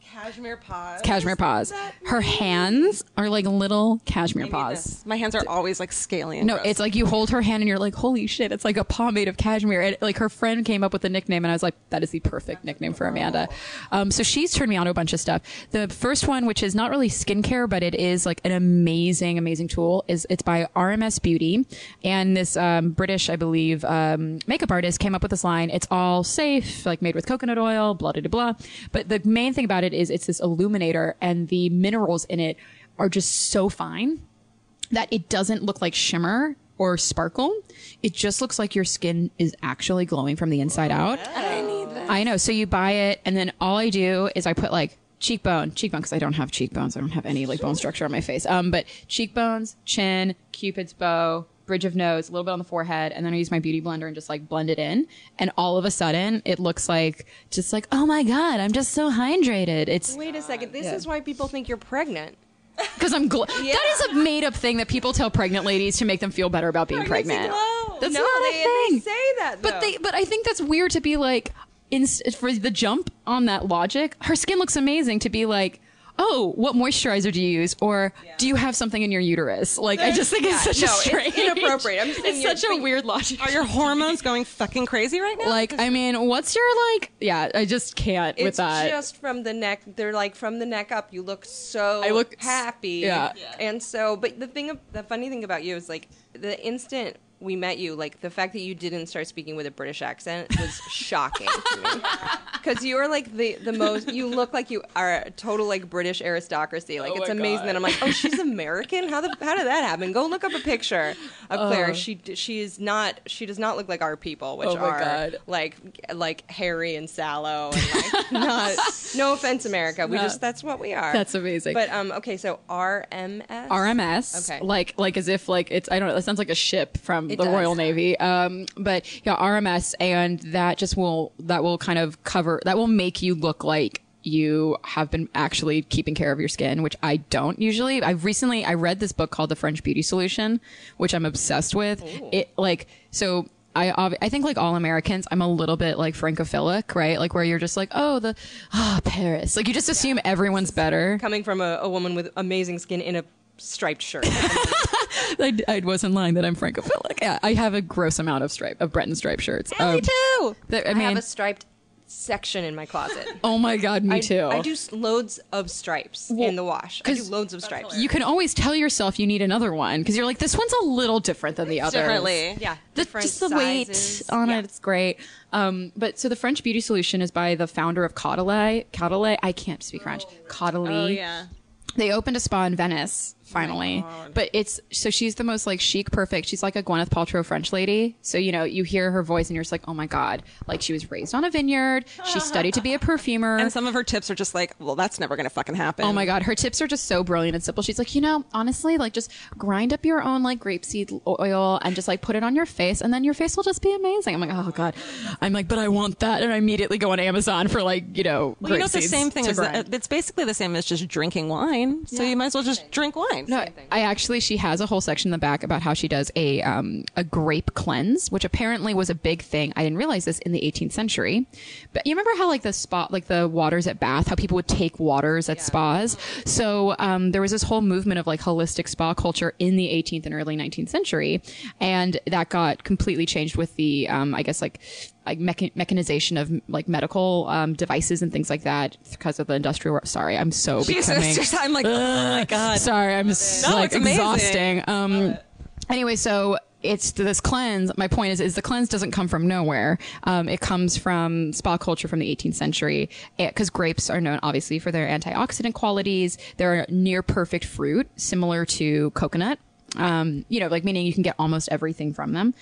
cashmere paws Cashmere Paws. Her hands are like little cashmere paws. my hands are always like scaly and No, gross. it's like you hold her hand and you're like, holy shit, it's like a pomade of cashmere. And like her friend came up with the nickname, and I was like, that is the perfect nickname for Amanda. Um, so she's turned me on to a bunch of stuff. The first one, which is not really skincare, but it is like an amazing, amazing tool, is it's by RMS Beauty, and this um, British, I believe, um, makeup artist came up with this line. It's all safe, like made with coconut oil, blah blah blah. But the main thing about it is it's this illuminator, and the minerals in it are just so fine that it doesn't look like shimmer or sparkle. It just looks like your skin is actually glowing from the inside out. Oh, I need that. I know. So you buy it, and then all I do is I put like cheekbone, cheekbone, because I don't have cheekbones. I don't have any like bone structure on my face. Um, but cheekbones, chin, cupid's bow. Bridge of nose, a little bit on the forehead, and then I use my beauty blender and just like blend it in. And all of a sudden, it looks like just like, oh my god, I'm just so hydrated. It's Wait a second. This is why people think you're pregnant. because I'm gl- that is a made up thing that people tell pregnant ladies to make them feel better about being pregnant. glow. That's No, not they- a and they thing. say that, but though. they but I think that's weird to be like in, for the jump on that logic. Her skin looks amazing to be like. Oh, what moisturizer do you use, or do you have something in your uterus? Like, I just think it's such a no, it's strange, inappropriate. I'm just saying it's you're such a weird logic. are your hormones going fucking crazy right now like, I mean, what's your like? Yeah, I just can't with it's that. just from the neck. They're like from the neck up. You look so I look s- happy. yeah. Yeah. And so, but the thing, ab- the funny thing about you is like the instant we met you, like the fact that you didn't start speaking with a British accent was shocking to me. Because you are like the the most. You look like you are a total like British aristocracy. Like Oh it's my amazing God. that I'm like, oh, she's American. How the how did that happen? Go look up a picture of Claire. She d- she is not. She does not look like our people, which Oh my are God. like like hairy and sallow and like not no offense america we No. just that's what we are That's amazing. but um okay so rms RMS, Okay. like like as if like it's I don't know. That sounds like a ship from It the does. Royal Navy. Um, but yeah, RMS, and that just will that will kind of cover that will make you look like you have been actually keeping care of your skin, which I don't usually. I've recently I read this book called The French Beauty Solution, which I'm obsessed with. It like so. I, ob- I think like all Americans, I'm a little bit like francophilic, right? Like where you're just like, oh, the, ah, Paris. Like you just assume everyone's better. coming from a, a woman with amazing skin in a striped shirt I, I wasn't lying that I'm Francophilic. Yeah, I have a gross amount of stripe of Breton stripe shirts. me Um, too. that- I I mean- have a striped section in my closet. Oh my god, me I, too. I do s- loads of stripes in the wash. I do 'cause- loads of stripes. You can always tell yourself you need another one because you're like, this one's a little different than the other. Definitely. yeah, The, different just the sizes. weight on Yeah. it, it's great. Um, but so the French beauty solution is by the founder of Caudalie. Caudalie, I can't speak French. Caudalie. Oh yeah. They opened a spa in Venice Oh finally, but it's so she's the most like chic, perfect. She's like a Gwyneth Paltrow French lady. So you know you hear her voice and you're just like, oh my god, like she was raised on a vineyard. She studied to be a perfumer. And some of her tips are just like, well, that's never going to fucking happen. Oh my god, her tips are just so brilliant and simple. She's like, you know, honestly, like just grind up your own like grapeseed oil and just like put it on your face, and then your face will just be amazing. I'm like, oh god, I'm like, but I want that, and I immediately go on Amazon for like you know, Well, you know, it's the grapeseeds same thing to as the, grind. it's basically the same as just drinking wine. So you might as well just drink wine. No, I actually she has a whole section in the back about how she does a um, a grape cleanse, which apparently was a big thing. I didn't realize this in the 18th century, but you remember how like the spot like the waters at Bath, how people would take waters at spas. So um, there was this whole movement of like holistic spa culture in the 18th and early 19th century, and that got completely changed with the um, I guess like like mechan- mechanization of like medical um, devices and things like that because of the industrial. Sorry, I'm so becoming. Jesus, just- I'm like, oh my god. Sorry, I'm s- No, like it's amazing. exhausting. Um, anyway, so it's this cleanse. My point is, is the cleanse doesn't come from nowhere. Um, it comes from spa culture from the 18th century because grapes are known obviously for their antioxidant qualities. They're a near perfect fruit, similar to coconut. Um, you know, like meaning you can get almost everything from them.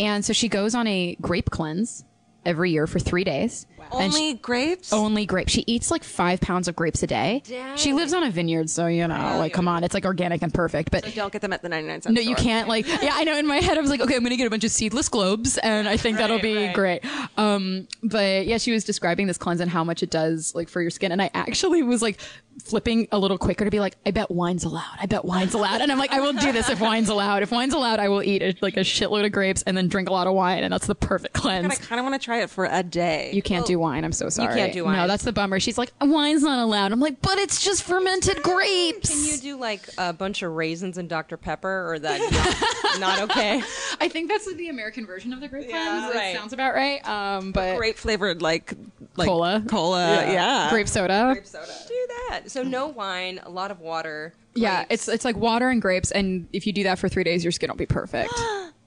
And so she goes on a grape cleanse every year for three days. And she- Only grapes. only grapes. She eats like five pounds of grapes a day. She lives on a vineyard, so you know, like, come on, it's like organic and perfect. But Don't get them at the 99 cent no, you can't. Like, yeah, I know. In my head, I was like, okay, I'm gonna get a bunch of seedless globes, and I think that'll be great. Um, but yeah, she was describing this cleanse and how much it does like for your skin, and I actually was like flipping a little quicker to be like, I bet wine's allowed. I bet wine's allowed, and I'm like, I will do this if wine's allowed. If wine's allowed, I will eat a, like a shitload of grapes and then drink a lot of wine, and that's the perfect I cleanse. kind of want to try it for a day. You can't do wine. I'm so sorry. Oh. can't do wine. No, that's the bummer. She's like, wine's not allowed. I'm like, but it's just fermented grapes. Can you do like a bunch of raisins and Dr Pepper, or that not, not okay? I think that's the American version of the grape cleanse. right. It sounds about right. Um, but grape flavored like, like Cola. Cola. Yeah. grape soda. soda. Do that. So no wine, a lot of water. Yeah, grapes. it's it's like water and grapes, and if you do that for three days, your skin will be perfect.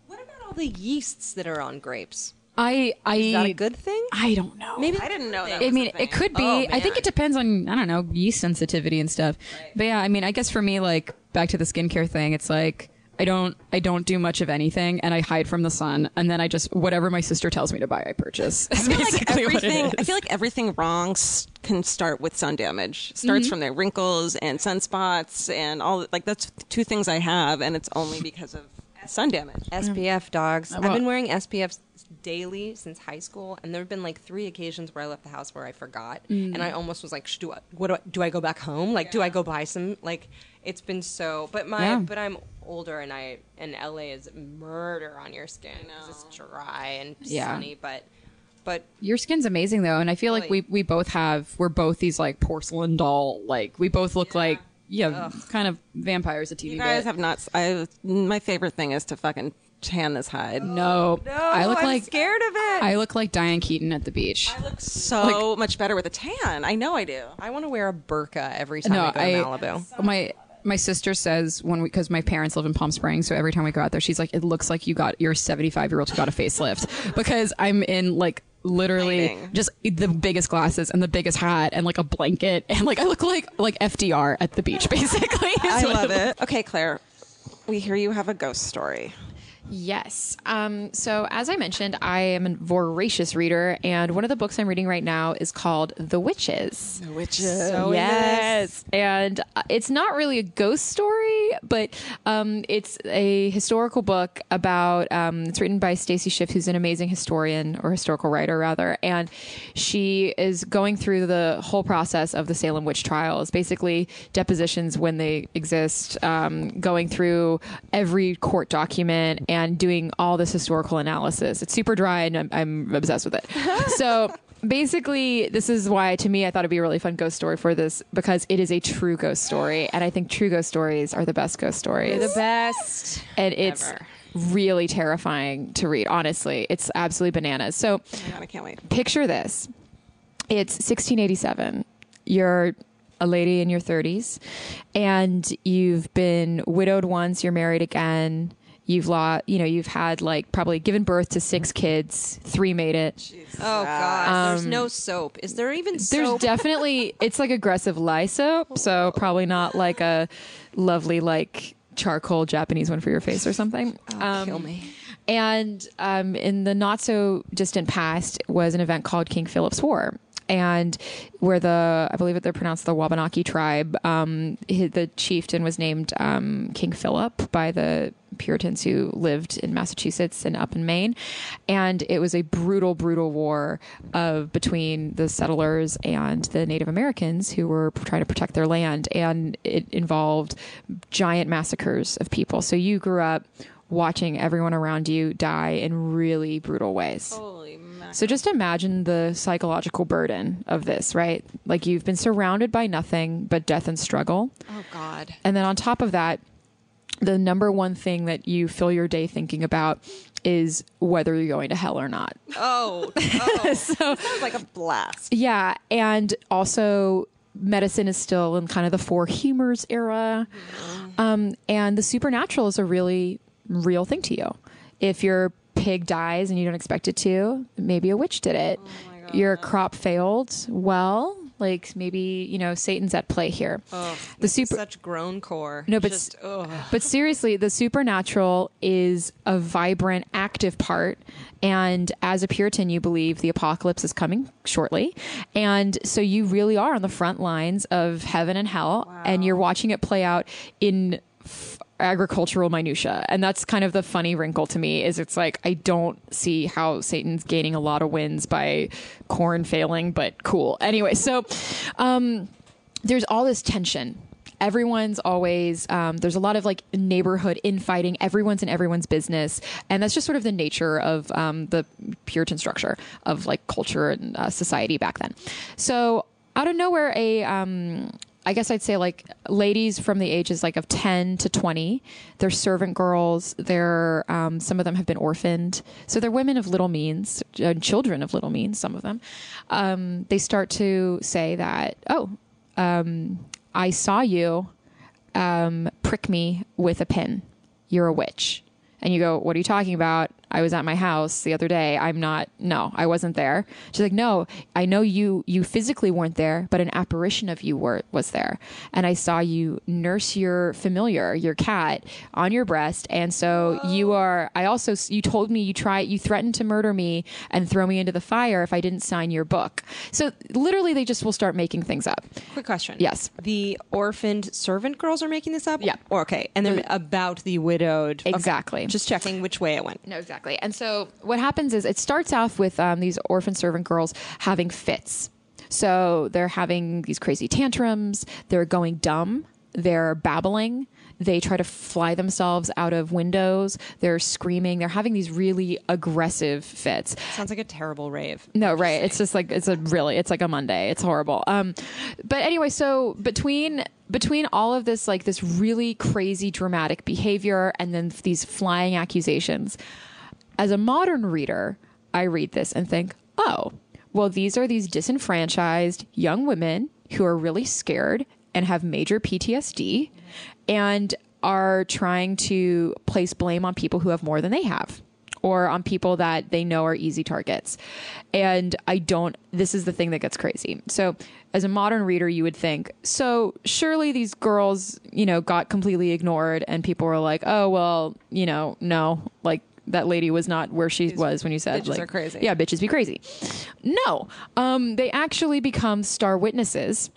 What about all the yeasts that are on grapes? I I Is that a good thing? I don't know. Maybe I didn't know that. I mean, it could be. Oh, I think man. it depends on I don't know yeast sensitivity and stuff. But yeah, I mean, I guess for me, like back to the skincare thing, it's like I don't I don't do much of anything, and I hide from the sun, and then I just whatever my sister tells me to buy, I purchase. It's I feel, like basically what it everything, I is. feel like everything wrong s- can start with sun damage. Mm-hmm. Starts from their wrinkles and sunspots and all. Like that's two things I have, and it's only because of sun damage. SPF dogs. Mm. well- I've been wearing SPFs daily since high school, and there have been like three occasions where I left the house where I forgot, Mm. and I almost was like, "Sh- "Do I, what do I, do I go back home? Like, do I go buy some?" Like, it's been so. But my Yeah. but I'm older, and I and LA is murder on your skin. 'cause It's dry and Yeah. sunny, but but Your skin's amazing though, and I feel like we Really? we both have we're both these like porcelain doll like we both look like yeah kind of vampires a TV You guys bit. have not. s- I my favorite thing is to fucking tan this hide. Oh, no, I look I'm like scared of it. I look like Diane Keaton at the beach. I look so much better with a tan. I know I do. I want to wear a burqa every time I go to Malibu. My my sister says when we because my parents live in Palm Springs, so every time we go out there, she's like, "It looks like you got your seventy five year old who got a facelift," because I'm in like literally Hiding. just the biggest glasses and the biggest hat and like a blanket and like I look like like FDR at the beach basically. is I what love it. Okay, Claire, we hear you have a ghost story. Yes. Um, so, as I mentioned, I am a voracious reader, and one of the books I'm reading right now is called The Witches. The Witches. yes. And uh, it's not really a ghost story, but um, it's a historical book about. Um, it's written by Stacy Schiff, who's an amazing historian or historical writer, rather, and she is going through the whole process of the Salem witch trials, basically depositions when they exist, um, going through every court document and doing all this historical analysis. It's super dry, and I'm, I'm obsessed with it. So. basically, this is why to me I thought it'd be a really fun ghost story for this because it is a true ghost story, and I think true ghost stories are the best ghost stories. The best. and it's Ever. really terrifying to read. Honestly, it's absolutely bananas. So I can't wait. picture this it's 1687 you're a lady in your 30s and you've been widowed once you're married again you've lost you know you've had like probably given birth to six kids three made it Oh God, there's no soap. Is there even Um, there's soap? definitely it's like aggressive lye soap so probably not like a lovely like charcoal japanese one for your face or something um, Oh, kill me. and um, in the not so distant past was an event called king philip's war and where the i believe it they're pronounced the wabanaki tribe um, hi- the chieftain was named um, king philip by the puritans who lived in massachusetts and up in maine and it was a brutal brutal war of between the settlers and the Native Americans who were p- trying to protect their land, and it involved giant massacres of people. So you grew up watching everyone around you die in really brutal ways. Holy mackerel. So just imagine the psychological burden of this, right? Like you've been surrounded by nothing but death and struggle. Oh God. And then on top of that, the number one thing that you fill your day thinking about is whether you're going to hell or not. oh, oh. sounds like a blast. Yeah, and also medicine is still in kind of the four humors era, um, and the supernatural is a really real thing to you. If your pig dies and you don't expect it to, maybe a witch did it. your crop failed. Well, like maybe you know Satan's at play here. the super Such groan core. no, but Just, s- ugh. but seriously, the supernatural is a vibrant, active part. And as a Puritan, you believe the apocalypse is coming shortly, and so you really are on the front lines of heaven and hell, and you're watching it play out in. F- agricultural minutia and that's kind of the funny wrinkle to me is it's like i don't see how satan's gaining a lot of wins by corn failing but cool anyway so um there's all this tension. Everyone's always um, there's a lot of like neighborhood infighting. Everyone's in everyone's business, and that's just sort of the nature of um, the Puritan structure of like culture and uh, society back then. So out of nowhere, a um, I guess I'd say like ladies from the ages like of 10 to 20. They're servant girls. They're um, some of them have been orphaned. So they're women of little means and children of little means. Some of them, um, they start to say that, oh, um, I saw you um, prick me with a pin. You're a witch. And you go, What are you talking about? I was at my house the other day. I'm not, no, I wasn't there. She's like, No, I know you, you physically weren't there, but an apparition of you were, was there. And I saw you nurse your familiar, your cat, on your breast. And so you are, I also, s- you told me you tried, you threatened to murder me and throw me into the fire if I didn't sign your book. So literally, they just will start making things up. Quick question. Yes. The orphaned servant girls are making this up? Yeah. Mm. Or, okay. And they're about the widowed. Okay. Exactly. Just checking which way it went. No, exactly. And so what happens is it starts off with um, these orphan servant girls having fits. So they're having these crazy tantrums. They're going dumb. They're babbling. They try to fly themselves out of windows. They're screaming. They're having these really aggressive fits. Sounds like a terrible rave. No, right. It's just like it's a really it's like a Monday. It's horrible. Um but anyway, so between between all of this like this really crazy dramatic behavior and then these flying accusations. As a modern reader, I read this and think, "Oh, well these are these disenfranchised young women who are really scared and have major PTSD and are trying to place blame on people who have more than they have." or on people that they know are easy targets. And I don't, this is the thing that gets crazy. So, as a modern reader, you would think, so surely these girls, you know, got completely ignored and people were like, oh, well, you know, no, like that lady was not where she was when you said, like, are crazy. yeah, bitches be crazy. No, um, they actually become star witnesses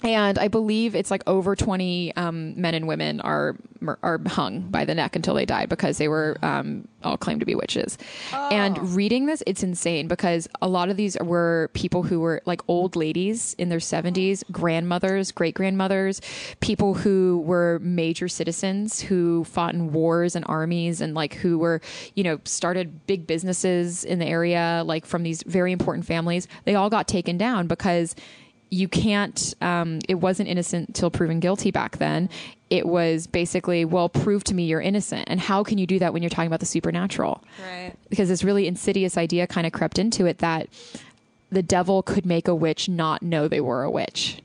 and I believe it's like over 20 um, men and women are mur- are hung by the neck until they died because they were um, all claimed to be witches. And reading this, it's insane because a lot of these were people who were like old ladies in their 70s, grandmothers, great grandmothers, people who were major citizens who fought in wars and armies and like who were you know started big businesses in the area like from these very important families. They all got taken down because you can't um, it wasn't innocent till proven guilty back then it was basically well prove to me you're innocent and how can you do that when you're talking about the supernatural Right. because this really insidious idea kind of crept into it that the devil could make a witch not know they were a witch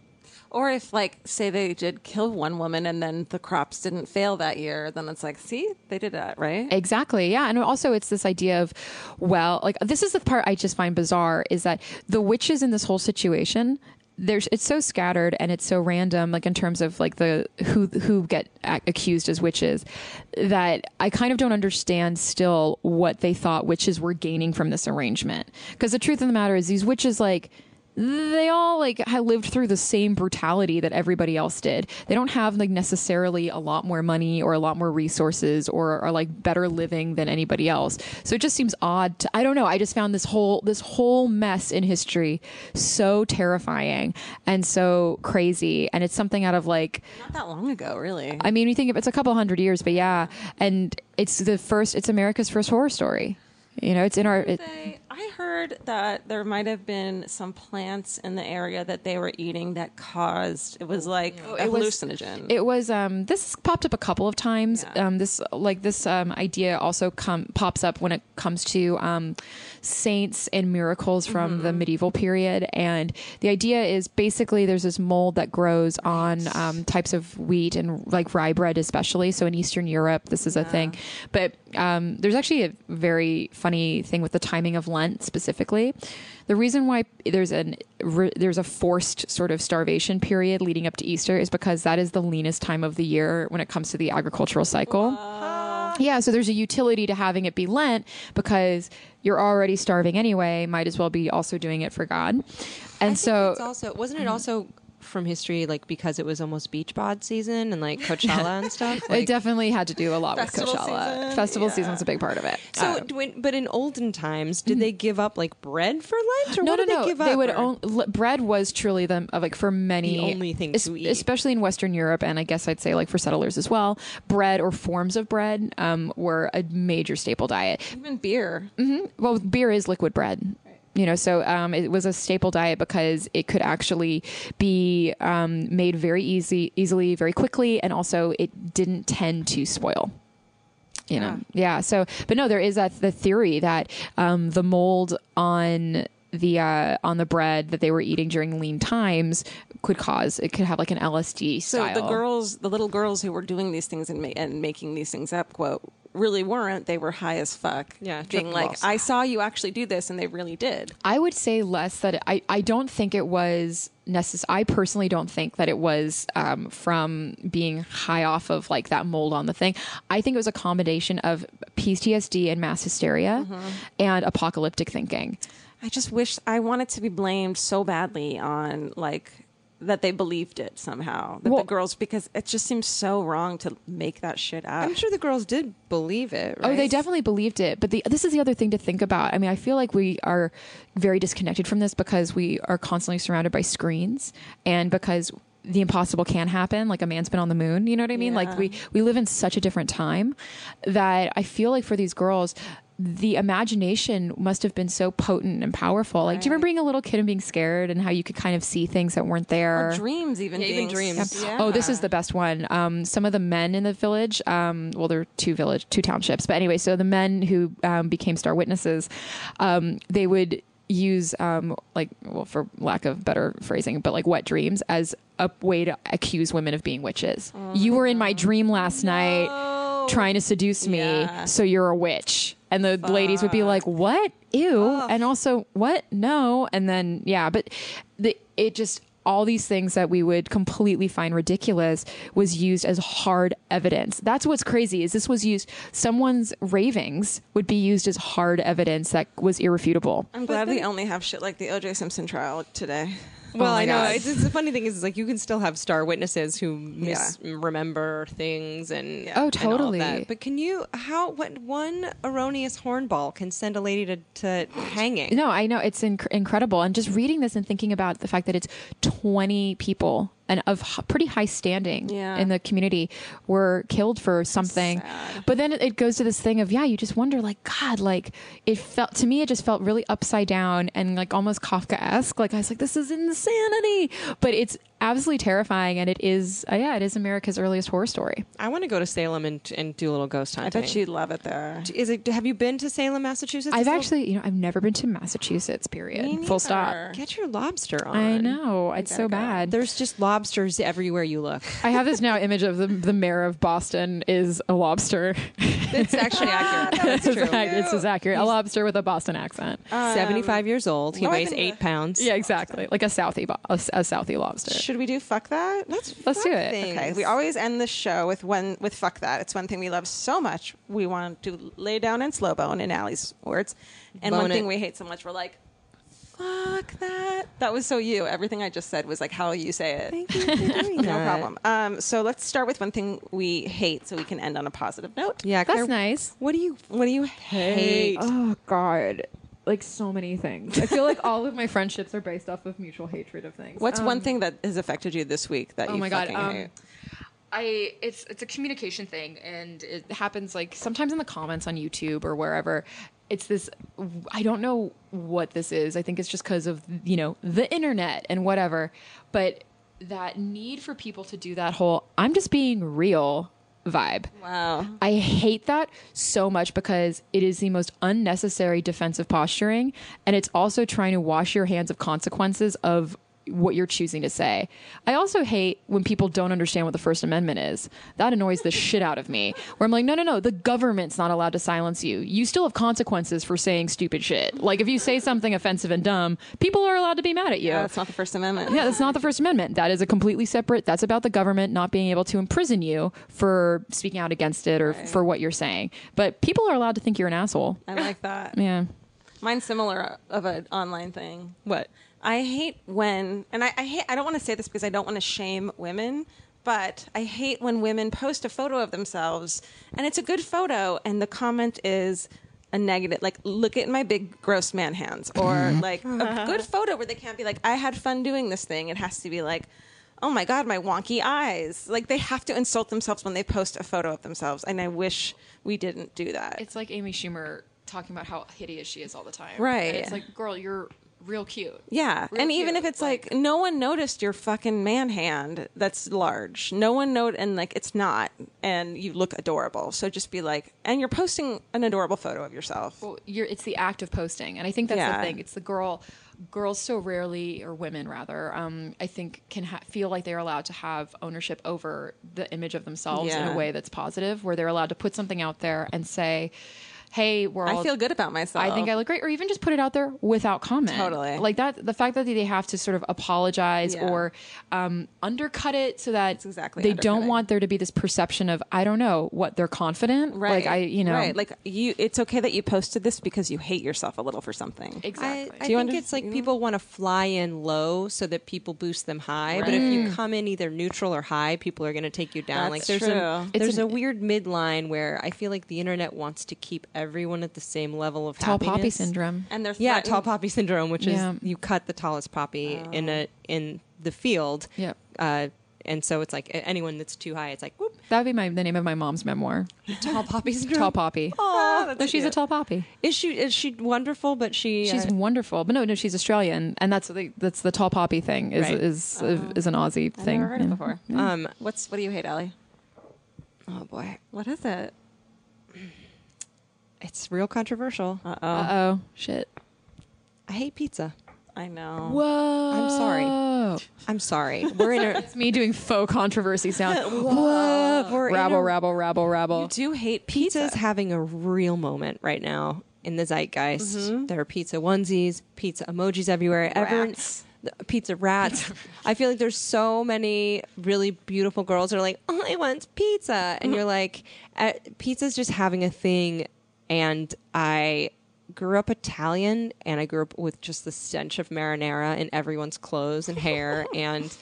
Or if, like, say they did kill one woman and then the crops didn't fail that year, then it's like, see, they did that, right? Exactly. Yeah. And also, it's this idea of, well, like, this is the part I just find bizarre is that the witches in this whole situation. There's, it's so scattered and it's so random, like in terms of like the who who get ac- accused as witches, that I kind of don't understand still what they thought witches were gaining from this arrangement. Because the truth of the matter is, these witches like they all like had lived through the same brutality that everybody else did. They don't have like necessarily a lot more money or a lot more resources or are like better living than anybody else. So it just seems odd to I don't know. I just found this whole this whole mess in history so terrifying and so crazy. And it's something out of like Not that long ago, really. I mean you think of it's a couple hundred years, but yeah. And it's the first it's America's first horror story. You know, it's in our it, They- I heard that there might have been some plants in the area that they were eating that caused it was like a hallucinogen. Oh, It was um this popped up a couple of times. Yeah. Um this like this um idea also come pops up when it comes to um saints and miracles from Mm-hmm. the medieval period and the idea is basically there's this mold that grows on um types of wheat and like rye bread especially so in eastern Europe this is a thing. But um there's actually a very funny thing with the timing of Lent specifically. The reason why there's an re- there's a forced sort of starvation period leading up to Easter is because that is the leanest time of the year when it comes to the agricultural cycle. Yeah, so there's a utility to having it be Lent because you're already starving anyway. Might as well be also doing it for God. And so Mm-hmm. it's also wasn't it also from history like because it was almost beach bod season and like Coachella and stuff. it Like, definitely had to do a lot with Festival Coachella. season, Festival season's a big part of it. so, Um, d- when, but in olden times, did they give up like bread for Lent, or Mm-hmm. no, what no, did no. they give up? would or- own, l- bread was truly the uh, like for many The only thing to eat. especially in Western Europe, and I guess I'd say like for settlers as well. Bread or forms of bread um, were a major staple diet. Even beer. Well, beer is liquid bread. You know, so um, it was a staple diet because it could actually be um, made very easy, easily, very quickly, and also it didn't tend to spoil you know yeah so but no there is that the theory that um the mold on the uh on the bread that they were eating during lean times could cause it could have like an lsd So style the girls, the little girls who were doing these things and, ma- and making these things up, quote, really weren't. They were high as fuck. Yeah, being tripping like, balls. I saw you actually do this, and they really did. i would say less that i i don't think it was necessary i personally don't think that it was um from being high off of like that mold on the thing i think it was a combination of ptsd and mass hysteria and apocalyptic thinking I just wish I wanted to be blamed so badly on like that they believed it somehow. That Well- the girls, because it just seems so wrong to make that shit up. I'm sure the girls did believe it. Right? Oh, they definitely believed it. But the, this is the other thing to think about. I mean, I feel like we are very disconnected from this because we are constantly surrounded by screens and because the impossible can happen. Like a man's been on the moon. You know what I mean? Like we, we live in such a different time that I feel like for these girls, the imagination must have been so potent and powerful. Like, do you remember being a little kid and being scared and how you could kind of see things that weren't there? dreams, even Yeah, even being- dreams. Yeah. Oh, this is the best one. Um, some of the men in the village, um, well, there are two village, two townships, but anyway, so the men who um, became star witnesses, um, they would use um, like, well, for lack of better phrasing, but like wet dreams as a way to accuse women of being witches. you were in my dream last night trying to seduce me, so you're a witch. And the ladies would be like, "What? Ew!" And also, "What? No!" And then, yeah, but the it just all these things that we would completely find ridiculous was used as hard evidence. That's what's crazy is this was used someone's ravings would be used as hard evidence that was irrefutable. I'm glad we only have shit like the O.J. Simpson trial today. Well, my I know. God. It's, it's the funny thing is, is, like you can still have star witnesses who misremember things and Oh, and all of totally. that. But can you? How? What? One erroneous hornball can send a lady to, to hanging. No, I know it's inc- incredible, and just reading this and thinking about the fact that it's twenty people and of h- pretty high standing Yeah. in the community were killed for something. But then it, it goes to this thing of yeah, you just wonder like God, like it felt to me, it just felt really upside down and like almost Kafka esque. Like I was like, this is insanity, but it's absolutely terrifying, and it is uh, yeah, it is America's earliest horror story. I want to go to Salem and, and do a little ghost I hunting. bet you'd love it there. Is it? Have you been to Salem, Massachusetts? I've It's a little- actually you know I've never been to Massachusetts. Period. Full stop. get your lobster on. I know it's so bad. There's just lobsters everywhere you look. I have this now image of the the mayor of Boston is a lobster. It's actually accurate. It's ac- it's as accurate. A lobster with a Boston accent. um, Seventy-five years old. He I've weighs been eight to- pounds. yeah, exactly. Like a Southie, bo- a, a Southie lobster. Should we do fuck that? Let's Let's do it. Okay, we always end the show with one with fuck that. It's one thing we love so much. We want to lay down and slow bone in Allie's words. And Bone one thing it. we hate so much, we're like, fuck that. That was so you. Everything I just said was like how you say it. Thank you for doing no that. problem. Um, so let's start with one thing we hate, so we can end on a positive note. Yeah, That's Claire, nice. What do you What do you hate? Oh God. Like so many things. I feel like all of my friendships are based off of mutual hatred of things. What's one thing that has affected you this week that Um, Oh you my God, fucking um, hate? I it's it's a communication thing, and it happens like sometimes in the comments on YouTube or wherever. It's this I don't know what this is. I think it's just because of you know the internet and whatever, but that need for people to do that whole I'm just being real vibe. Wow. I hate that so much because it is the most unnecessary defensive posturing. And it's also trying to wash your hands of consequences of what you're choosing to say. I also hate when people don't understand what the First Amendment is. That annoys the shit out of me. Where I'm like, no, no, no, the government's not allowed to silence you. You still have consequences for saying stupid shit. Like if you say something offensive and dumb, people are allowed to be mad at you. Yeah, that's not the First Amendment. Yeah, that's not the First Amendment. That is a completely separate. That's about the government not being able to imprison you for speaking out against it or for what you're saying. But people are allowed to think you're an asshole. I like that. Yeah. Mine's similar of an online thing. What? I hate when, and I, I hate, I don't want to say this because I don't want to shame women, but I hate when women post a photo of themselves and it's a good photo and the comment is a negative, like, look at my big gross man hands, or like a good photo where they can't be like, I had fun doing this thing. It has to be like, oh my God, my wonky eyes. Like, they have to insult themselves when they post a photo of themselves. And I wish we didn't do that. It's like Amy Schumer talking about how hideous she is all the time. Right. And it's like, girl, you're real cute. Yeah, Real and even cute, if it's like, no one noticed your fucking man hand that's large, no one know, and like it's not, and you look adorable. So just be like, and you're posting an adorable photo of yourself. Well, you're, it's the act of posting, and I think that's Yeah. the thing. It's the girl, girls so rarely, or women rather, um, I think can ha- feel like they're allowed to have ownership over the image of themselves in Yeah. a way that's positive, where they're allowed to put something out there and say, "Hey, we're all." I feel good about myself. I think I look great, or even just put it out there without comment. Totally. Like that, the fact that they have to sort of apologize Yeah. or um, undercut it so that exactly they undercutting. don't want there to be this perception of I don't know what they're confident. right. Like I, you know, right? Like you, it's okay that you posted this because you hate yourself a little for something. I, exactly. I you think under- it's like mm-hmm. people want to fly in low so that people boost them high. But if you come in either neutral or high, people are going to take you That's down. like there's a true. It's there's an- a weird midline where I feel like the internet wants to keep everyone at the same level of Tall happiness. poppy syndrome. And they're Yeah, threatened- tall poppy syndrome, which Yeah. is you cut the tallest poppy in Oh. a in the field. Yep. Uh, and so it's like a- anyone that's too high, it's like whoop, That would be my the name of my mom's memoir. tall poppy syndrome. Tall Poppy. oh, Aw, that's no, she's a cute. tall poppy. Is she is she wonderful? But she She's uh, wonderful, but no, no, she's Australian, and that's the, that's the tall poppy thing is Right. is is an Aussie thing. Oh. Never heard yeah. it before. um What's what do you hate, Ellie? oh boy, What is it? it's real controversial. Uh oh, shit. I hate pizza. I know. Whoa, I'm sorry. I'm sorry. We're in a It's me doing faux controversy sound. Whoa, We're in rabble, a- rabble, rabble, rabble. Do you hate pizza? pizza's having a real moment right now in the zeitgeist. Mm-hmm. There are pizza onesies, pizza emojis everywhere. Everyone, Rats. the- pizza rats. I feel like there's so many really beautiful girls that are like, "All I want is Mm-hmm. eh, pizza," and you're like, uh, "Pizza's just having a thing," and I grew up Italian and I grew up with just the stench of marinara in everyone's clothes and hair and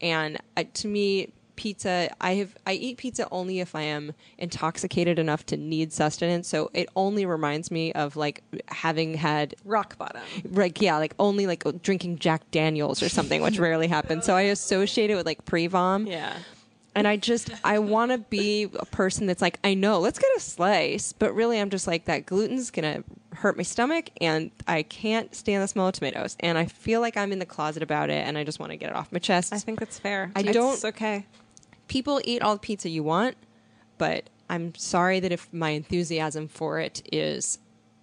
and uh, to me pizza I have I eat pizza only if I am intoxicated enough to need sustenance so it only reminds me of like having had Rock bottom. like yeah like only like drinking Jack Daniels or something which rarely happens so I associate it with like pre-vom Yeah. and I just I want to be a person that's like I know let's get a slice, but really I'm just like that gluten's gonna hurt my stomach, and I can't stand the smell of tomatoes, and I feel like I'm in the closet about it, and I just want to get it off my chest. I think that's fair. I don't- It's okay. people eat all the pizza you want, but I'm sorry that if my enthusiasm for it is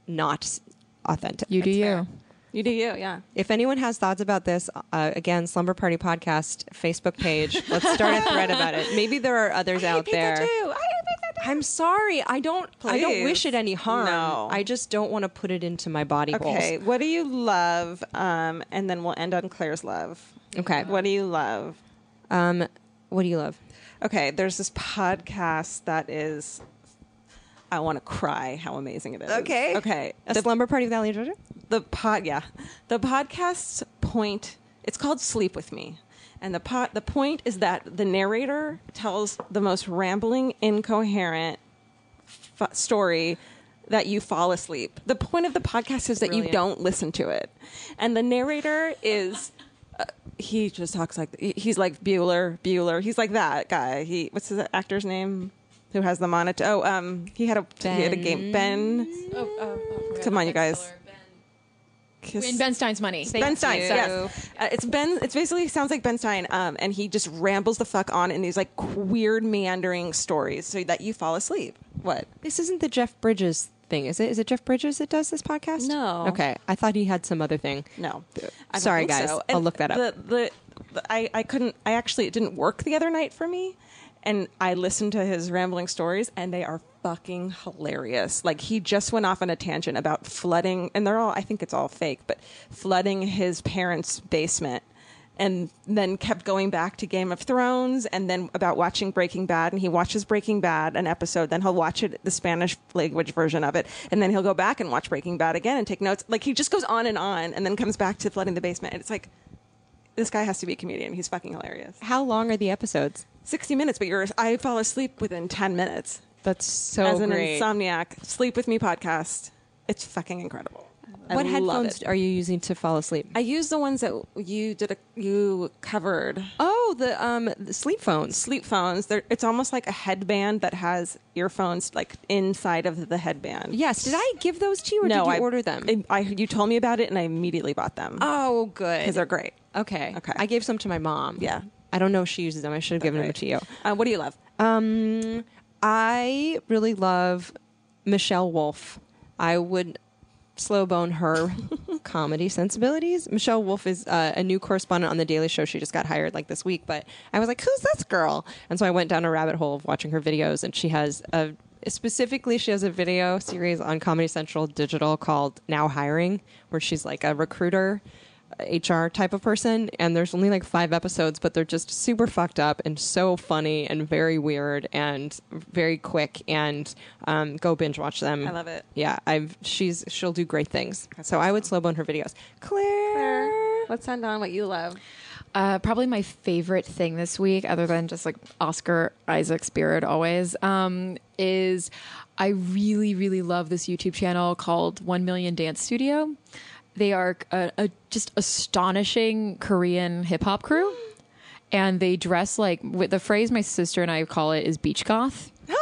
not s- authentic. You do you. You do you, yeah. If anyone has thoughts about this, uh, again, Slumber Party Podcast Facebook page. Let's start a thread about it. Maybe there are others out there. I'm sorry. I don't. I don't Please. wish it any harm. No. I just don't want to put it into my body. Okay, Holes. what do you love? Um, and then we'll end on Claire's love. Okay. What do you love? Um. What do you love? Okay, there's this podcast that is. I want to cry. How amazing it is. Okay. Okay. A The- slumber party with Ally and Georgia. the pod yeah the podcast's point it's called sleep with me and the pot the point is that the narrator tells the most rambling incoherent f- story that you fall asleep the point of the podcast is that you don't listen to it and the narrator is uh, he just talks like he- he's like Bueller, Bueller. He's like that guy. He what's his actor's name? Who has the monitor? Oh, um, he had a he had a game. Ben, Oh, oh, oh, come on, you guys. Kiss- In Ben Stein's money. ben Stein. you. Yes, uh, it's Ben. It's basically sounds like Ben Stein, um, and he just rambles the fuck on in these like weird meandering stories so that you fall asleep. What? This isn't the Jeff Bridges thing, is it? Is it Jeff Bridges that does this podcast? No. Okay. I thought he had some other thing. No, I don't Sorry, think guys. so. I'll And look that up. The, the, the- I I couldn't. I actually it didn't work the other night for me, and I listened to his rambling stories, and they are fucking hilarious. Like he just went off on a tangent about flooding, and they're all. I think it's all fake, but flooding his parents' basement. and then kept going back to Game of Thrones and then about watching Breaking Bad and he watches Breaking Bad an episode then he'll watch it the Spanish language version of it and then he'll go back and watch Breaking Bad again and take notes like he just goes on and on and then comes back to flooding the basement and it's like this guy has to be a comedian he's fucking hilarious How long are the episodes? 60 minutes but you're I fall asleep within 10 minutes That's so as an great. insomniac sleep with me podcast it's fucking incredible I what love headphones it. are you using to fall asleep? I use the ones that you did a, you covered oh, the um the sleep phones. sleep phones. They're, it's almost like a headband that has earphones like inside of the headband. Yes. Did I give those to you or no, did you I order them? I, I you told me about it and I immediately bought them because oh, good. they're great. Okay. Okay. I gave some to my mom. Yeah. I don't know if she uses them. I should have given them Right. to you. Uh, what do you love? Um, I really love Michelle Wolf. I would slow bone her comedy sensibilities. Michelle Wolf is uh, a new correspondent on The Daily Show. She just got hired like this week, but I was like, who's this girl? And so I went down a rabbit hole of watching her videos, and she has a specifically she has a video series on comedy central digital called now hiring where she's like a recruiter HR type of person, and there's only like five episodes, but they're just super fucked up and so funny and very weird and very quick. And um, go binge watch them. I love it. Yeah, I've she's she'll do great things. so I would slow bone her videos. Claire, Let's end on what you love. Uh, probably my favorite thing this week, other than just like Oscar Isaac's beard always, um, is I really, really love this YouTube channel called One Million Dance Studio. They are a, a just astonishing Korean hip hop crew, and they dress like with the phrase my sister and I call it is beach goth.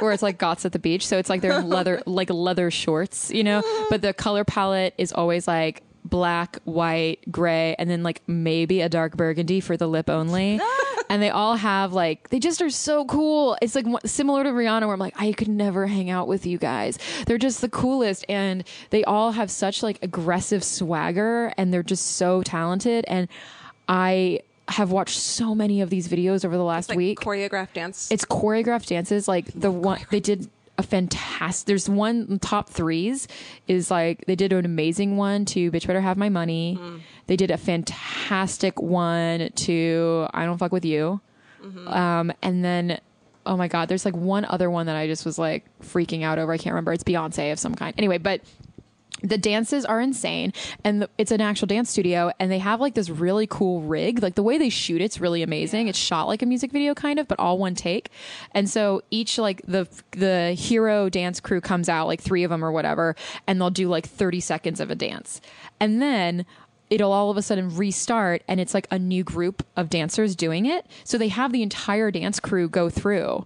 Where it's like goths at the beach, so it's like they're in leather, like leather shorts, you know. But the color palette is always like black, white, gray, and then like maybe a dark burgundy for the lip only. and they all have like they just are so cool. It's like wh- similar to Rihanna, where I'm like I could never hang out with you guys. They're just the coolest, and they all have such like aggressive swagger, and they're just so talented. And I have watched so many of these videos over the last week. choreographed dance. It's choreographed dances. Like the one they did a fantastic. There's one top threes is like they did an amazing one to "Bitch Better Have My Money." They did a fantastic one to "I Don't Fuck with You," um, and then. Oh my God! There's like one other one that I just was like freaking out over. I can't remember. It's Beyonce of some kind. Anyway, but the dances are insane and the, it's an actual dance studio and they have like this really cool rig like the way they shoot it's really amazing it's shot like a music video kind of but all one take and so each like the the hero dance crew comes out like three of them or whatever and they'll do like 30 seconds of a dance and then it'll all of a sudden restart and it's like a new group of dancers doing it so they have the entire dance crew go through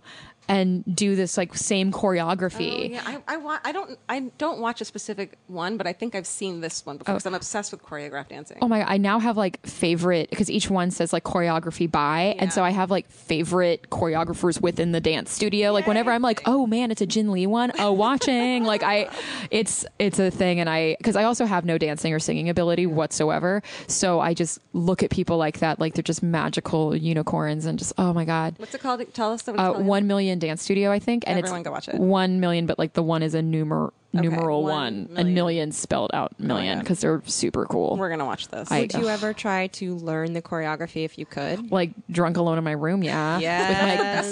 and do this like same choreography Oh, Yeah, I, I, wa- I don't I don't watch a specific one, but I think I've seen this one before because I'm obsessed with choreographed dancing. oh my god i now have like favorite because each one says like choreography by and so i have like favorite choreographers within the dance studio like whenever i'm like oh man it's a jin lee one oh watching like i it's it's a thing and i because i also have no dancing or singing ability whatsoever so i just look at people like that like they're just magical unicorns and just oh my god What's it called? Tell us. What it's uh, called. one million dance studio, I think, and Everyone it's go watch it. one million, but like the one is a numer- numeral one Oh one, a million spelled out million because they're super cool. We're gonna watch this. I- Would you ever try to learn the choreography if you could? like drunk alone in my room. Yeah. Yes.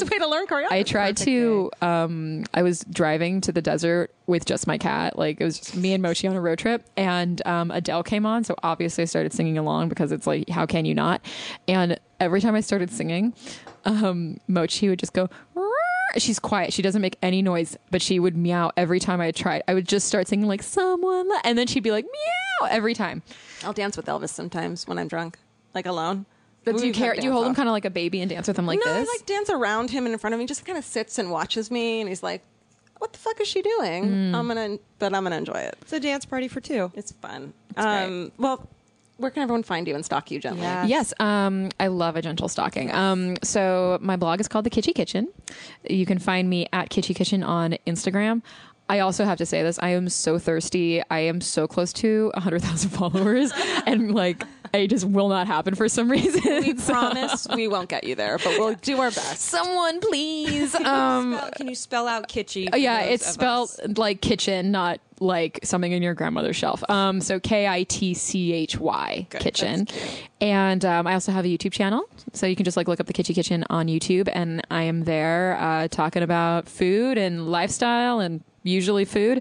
With my, way to learn choreography. I tried to, um, I was driving to the desert with just my cat. Like it was just me and Mochi on a road trip and, um, Adele came on. So obviously I started singing along because it's like, how can you not? And every time I started singing, um, Mochi would just go, "Roar." She's quiet. She doesn't make any noise, but she would meow every time I tried. I would just start singing like someone, li-" and then she'd be like meow every time. I'll dance with Elvis sometimes when I'm drunk, like alone. But do you We've had care? Do you dance hold him off. kind of like a baby and dance with him like no, this? I like dance around him and in front of me. He Just kind of sits and watches me, and he's like, "What the fuck is she doing?" Mm. I'm gonna, but I'm gonna enjoy it. It's a dance party for two. It's fun. um, well, where can everyone find you and stalk you gently? Yeah. Yes, um, I love a gentle stalking. Um, so my blog is called The Kitschy Kitchen. You can find me at Kitschy Kitchen on Instagram. I also have to say this: I am so thirsty. I am so close to hundred thousand followers, and like, it just will not happen for some reason. We So- promise we won't get you there, but we'll do our best. Someone, please. Um, Spell- can you spell out kitschy? Oh, yeah, for those it's of spelled us? like kitchen, not like something in your grandmother's shelf. Um, so K I T C H Y kitchen, and um, I also have a YouTube channel, so you can just like look up the Kitschy Kitchen on YouTube, and I am there uh, talking about food and lifestyle and usually food,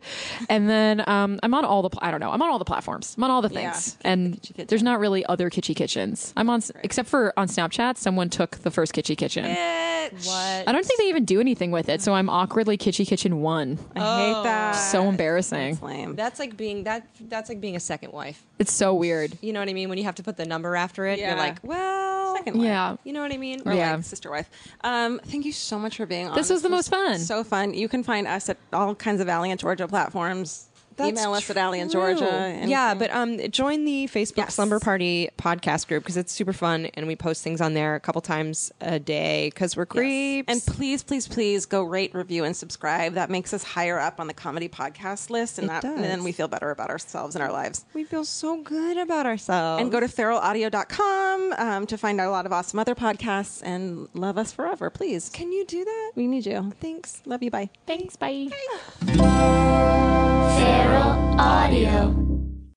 and then um, I'm on all the pl- I don't know I'm on all the platforms, I'm on all the things, and there's not really other Kitschy Kitchens. I'm on s except for on Snapchat, someone took the first Kitschy Kitchen. I don't think they even do anything with it, so I'm awkwardly Kitschy Kitchen one. I hate that. So embarrassing. lame. That's like being that. That's like being a second wife. It's so weird. You know what I mean? When you have to put the number after it, Yeah. you're like, well, Second wife. Yeah. you know what I mean? Or Yeah. like sister wife. Um, thank you so much for being on. This was the most fun. So fun. You can find us at all kinds of Alliant Georgia platforms. Email us at Alliant Georgia. and- Yeah, but um, join the Facebook Yes. Slumber Party podcast group because it's super fun and we post things on there a couple times a day because we're creeps. And please, please, please go rate, review, and subscribe. That makes us higher up on the comedy podcast list, and It that and does. then we feel better about ourselves and our lives. we feel so good about ourselves. And go to feralaudio.com um, to find a lot of awesome other podcasts and love us forever, please. Can you do that? We need you. Thanks. Love you. Bye. Feral Audio.